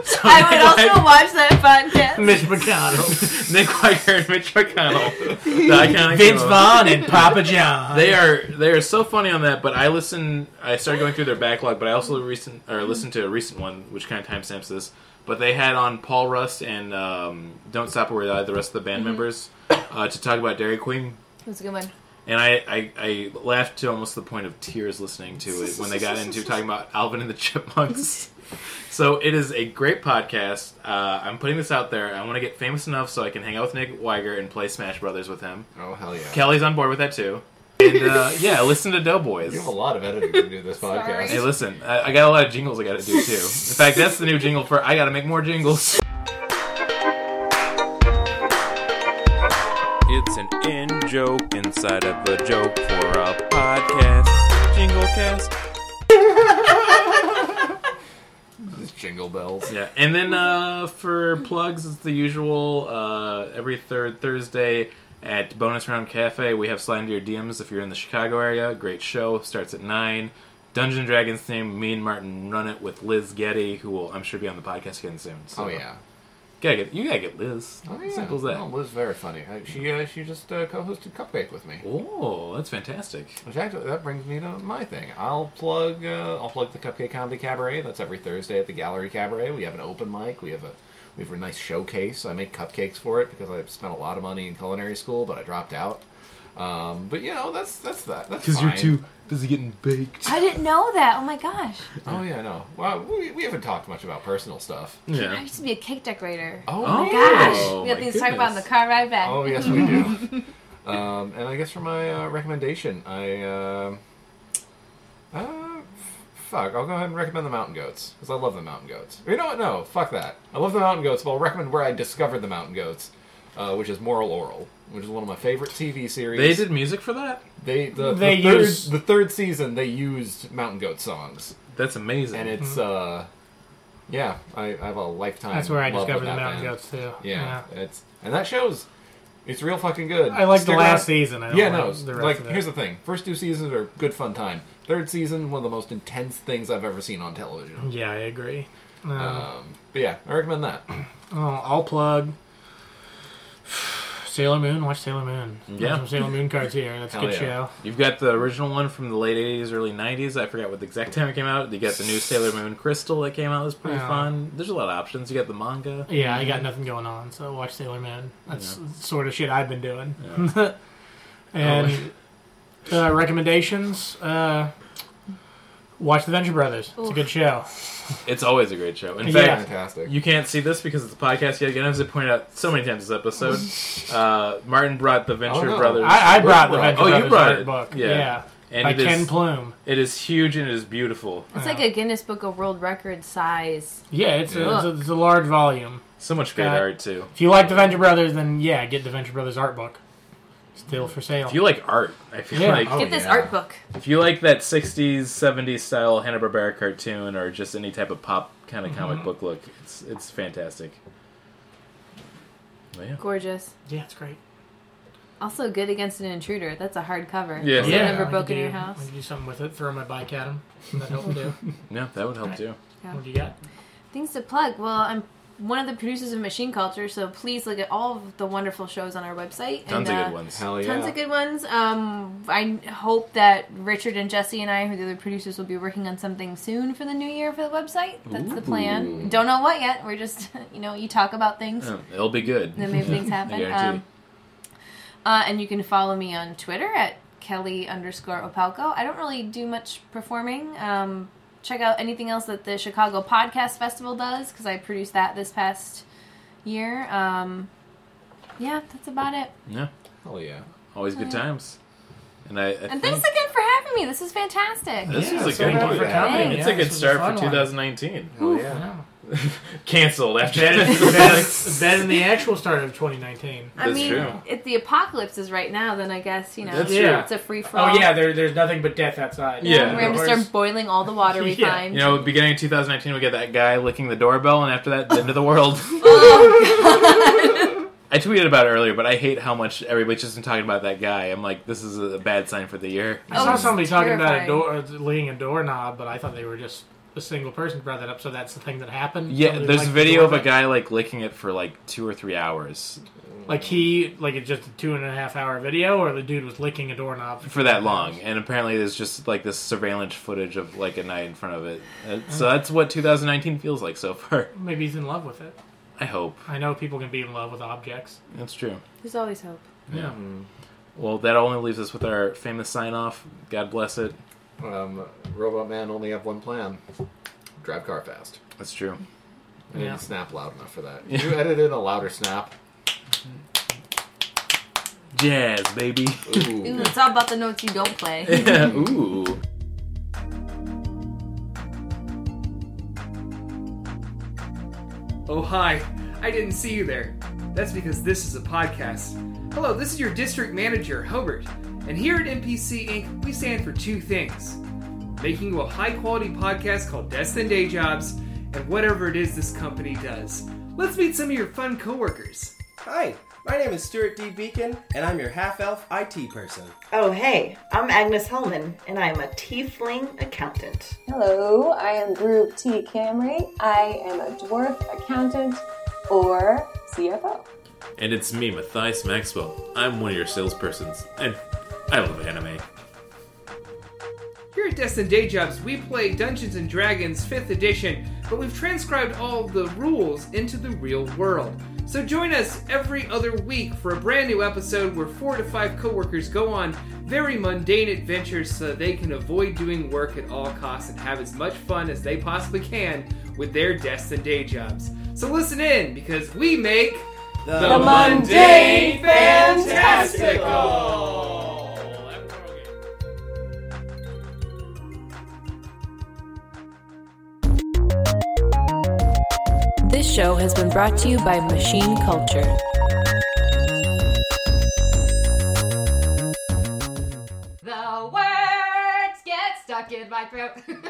So
I would
Nick
also watch that podcast.
Mitch McConnell.
Weiger- Nick Weiger and Mitch McConnell. The iconic
Vince
duo.
Vaughn and Papa John.
They are they are so funny on that. But I listen. I started going through their backlog, but I also recent or listened to a recent one, which kind of timestamps this. But they had on Paul Rust and um, Don't Stop or Die, the rest of the band
Mm-hmm.
members, uh, to talk about Dairy Queen.
That's a good one.
And I, I, I laughed to almost the point of tears listening to it when they got into talking about Alvin and the Chipmunks. so it is a great podcast. Uh, I'm putting this out there. I want to get famous enough so I can hang out with Nick Weiger and play Smash Brothers with him.
Oh, hell yeah.
Kelly's on board with that too. And uh, yeah, listen to Doughboys.
you have a lot of editing to do in this
Sorry.
Hey,
podcast.
listen, I, I got a lot of jingles I got to do too. In fact, that's the new jingle for I got to make more jingles.
It's an in joke inside of the joke for a podcast. Jingle cast.
It's jingle bells.
Yeah, and then uh, for plugs, it's the usual. Uh, every third Thursday at Bonus Round Cafe, we have Slide into Your DMs if you're in the Chicago area. Great show. Starts at 9. Dungeon Dragons theme, me and Martin run it with Liz Getty, who will, I'm sure, be on the podcast again soon. So
Oh, yeah.
Gotta get, you gotta get Liz.
Oh, yeah.
Simple as that.
Oh, Liz is very funny. Uh, She, uh, she just uh, co hosted Cupcake with me.
Oh, that's fantastic.
Which actually, that brings me to my thing. I'll plug. Uh, I'll plug the Cupcake Comedy Cabaret. That's every Thursday at the Gallery Cabaret. We have an open mic. We have a we have a nice showcase. I make cupcakes for it because I spent a lot of money in culinary school, but I dropped out. Um, but you know, that's that's that. That's fine.
busy getting baked.
I didn't know that. Oh my gosh.
Oh yeah, no. Well, we, we haven't talked much about personal stuff.
I
Yeah.
used to be a cake decorator.
Oh,
Oh.
Gosh.
Oh,
we got
my
things to talk about in the
goodness.
car ride back.
Oh yes, we do. um, and I guess for my uh, recommendation, I uh, uh, f- fuck, I'll go ahead and recommend the Mountain Goats because I love the Mountain Goats. You know what? No, fuck that. I love the Mountain Goats, but I'll recommend where I discovered the Mountain Goats, uh, which is Moral Oral, which is one of my favorite TV series.
They did music for that?
They the,
They
the, third,
used-
the third season they used Mountain Goat songs,
That's amazing.
and it's uh, yeah, I, I have a lifetime.
Mm-hmm. That's where I
love of
discovered the
that
Mountain
band.
Goats, too.
Yeah, it's and that shows. It's real fucking good.
I like the
Stick
last
around-
season. I don't
Yeah,
like
no.
The rest
like,
of it.
here's the thing: first two seasons are good fun time. Third season, one of the most intense things I've ever seen on television.
Yeah, I agree. Um,
Um, but yeah, I recommend that.
oh, I'll plug Sailor Moon. Watch Sailor Moon. There's
Yeah.
some Sailor Moon cards here. That's a
Hell
good
yeah.
show.
You've got the original one from the late 80s, early 90s. I forgot what the exact time it came out. You got the new Sailor Moon Crystal that came out. It was pretty
Yeah.
fun. There's a lot of options. You got the manga.
Yeah, I got nothing going on, so watch Sailor Moon. That's sort of shit I've been doing.
Oh,
and uh, recommendations: uh, watch The Venture Brothers. It's a good show.
It's always a great show. In
Yeah.
fact,
Fantastic.
you can't see this because it's a podcast yet again. As I pointed out so many times this episode, uh, Martin brought the Venture
Oh, no.
Brothers.
I, I brought The
Right.
Venture
Oh, you
Brothers
brought
art
it.
book.
Yeah.
Yeah,
and
by
it is,
Ken Plume.
it is huge and it is beautiful.
It's like a Guinness Book of World Record size.
Yeah, it's,
Yeah.
A, it's, a, it's a large volume.
So much great
Got-
art too.
If you like the Venture Brothers, then yeah, get the Venture Brothers art book. Still for sale.
If you like art, I feel
Yeah.
like
Oh,
Get this
yeah.
art book.
if you like that '60s, '70s style Hanna Barbera cartoon or just any type of pop kind of comic book look, it's it's fantastic. Well, yeah.
Gorgeous.
yeah, it's great.
Also good against an intruder. That's a hard cover.
Yeah.
Is
Yeah.
it
I
ever
could
broken
do-
in your
I
house?
could do something with it. Throw my bike at him. That helped too.
No, that would help too.
What do you got?
Things to plug. Well, I'm one of the producers of Machine Culture, so please look at all of the wonderful shows on our website.
Tons of
and, uh,
good ones.
Hell yeah.
Tons of good ones. Um, I hope that Richard and Jesse and I, who are the other producers, will be working on something soon for the new year for the website. That's the plan. Don't know what yet. We're just, you know, you talk about things,
Oh, it'll be good.
then maybe things
I
happen.
guarantee.
Um, uh, and you can follow me on Twitter at Kelly underscore Opalco. I don't really do much performing. Um, check out anything else that the Chicago Podcast Festival does because I produced that this past year. Um, yeah, that's about it.
yeah,
Hell yeah.
always good times. And I, I think
And thanks again for having me. This is fantastic.
this
Yeah,
was a
so
good
happy
one.
for
Yeah.
coming.
It's
Yeah,
a good
this was
start
fun
for
one.
2019.
Hell yeah.
Cancelled after
Better,
that.
better, better than the actual start of 2019.
I
That's
mean,
true.
if the apocalypse is right now, then I guess you know
That's
true.
it's a free for all.
Oh yeah, there, there's nothing but death outside.
Yeah.
we're gonna
Where's-
start boiling all the water we
Yeah.
find.
You know, beginning of 2019, we get that guy licking the doorbell, and after that, the end of the world. I tweeted about it earlier, but I hate how much everybody's just been talking about that guy. I'm like, this is a bad sign for the year.
I saw
oh, it's
somebody talking about a
terrifying.
door, uh, leaning a doorknob, but I thought they were just a single person brought that up. So that's the thing that happened.
Yeah,
Somebody
there's a
liked the
video of a
doorbell.
guy like licking it for like two or three hours
Like he, like it's just a two and a half hour video, or the dude was licking a doorknob.
for that long, and apparently there's just like this surveillance footage of like a night in front of it. Uh, So
Uh-huh.
that's what 2019 feels like so far.
Maybe he's in love with it.
I hope
I know people can be in love with objects.
that's true.
There's always hope.
Yeah.
Well, that only leaves us with our famous sign off. God bless it.
Um, Robot Man only have one plan. Drive car fast.
That's true.
I didn't
Yeah.
snap loud enough for that. You edit in a louder snap.
Jazz, baby.
Ooh.
Ooh, it's all about the notes you don't play.
Ooh.
Oh, hi. I didn't see you there. That's because this is a podcast. Hello, this is your district manager, Hobart. And here at NPC Inc., we stand for two things making you a high quality podcast called Deaths and Day Jobs, and whatever it is this company does. Let's meet some of your fun coworkers.
Hi, my name is Stuart D. Beacon, and I'm your half elf IT person.
Oh, hey, I'm Agnes Hellman, and I'm a tiefling accountant.
Hello, I am Group T. Camry. I am a dwarf accountant or CFO.
And it's me, Matthias Maxwell. I'm one of your salespersons, and I love anime.
Here at Deaths and Day Jobs, we play Dungeons and Dragons 5th edition, but we've transcribed all the rules into the real world. So join us every other week for a brand new episode where four to five coworkers go on very mundane adventures so they can avoid doing work at all costs and have as much fun as they possibly can with their Deaths and Day Jobs. So listen in because we make
The,
mundane fantastical.
This show has been brought to you by Machine Culture.
the words get stuck in my throat.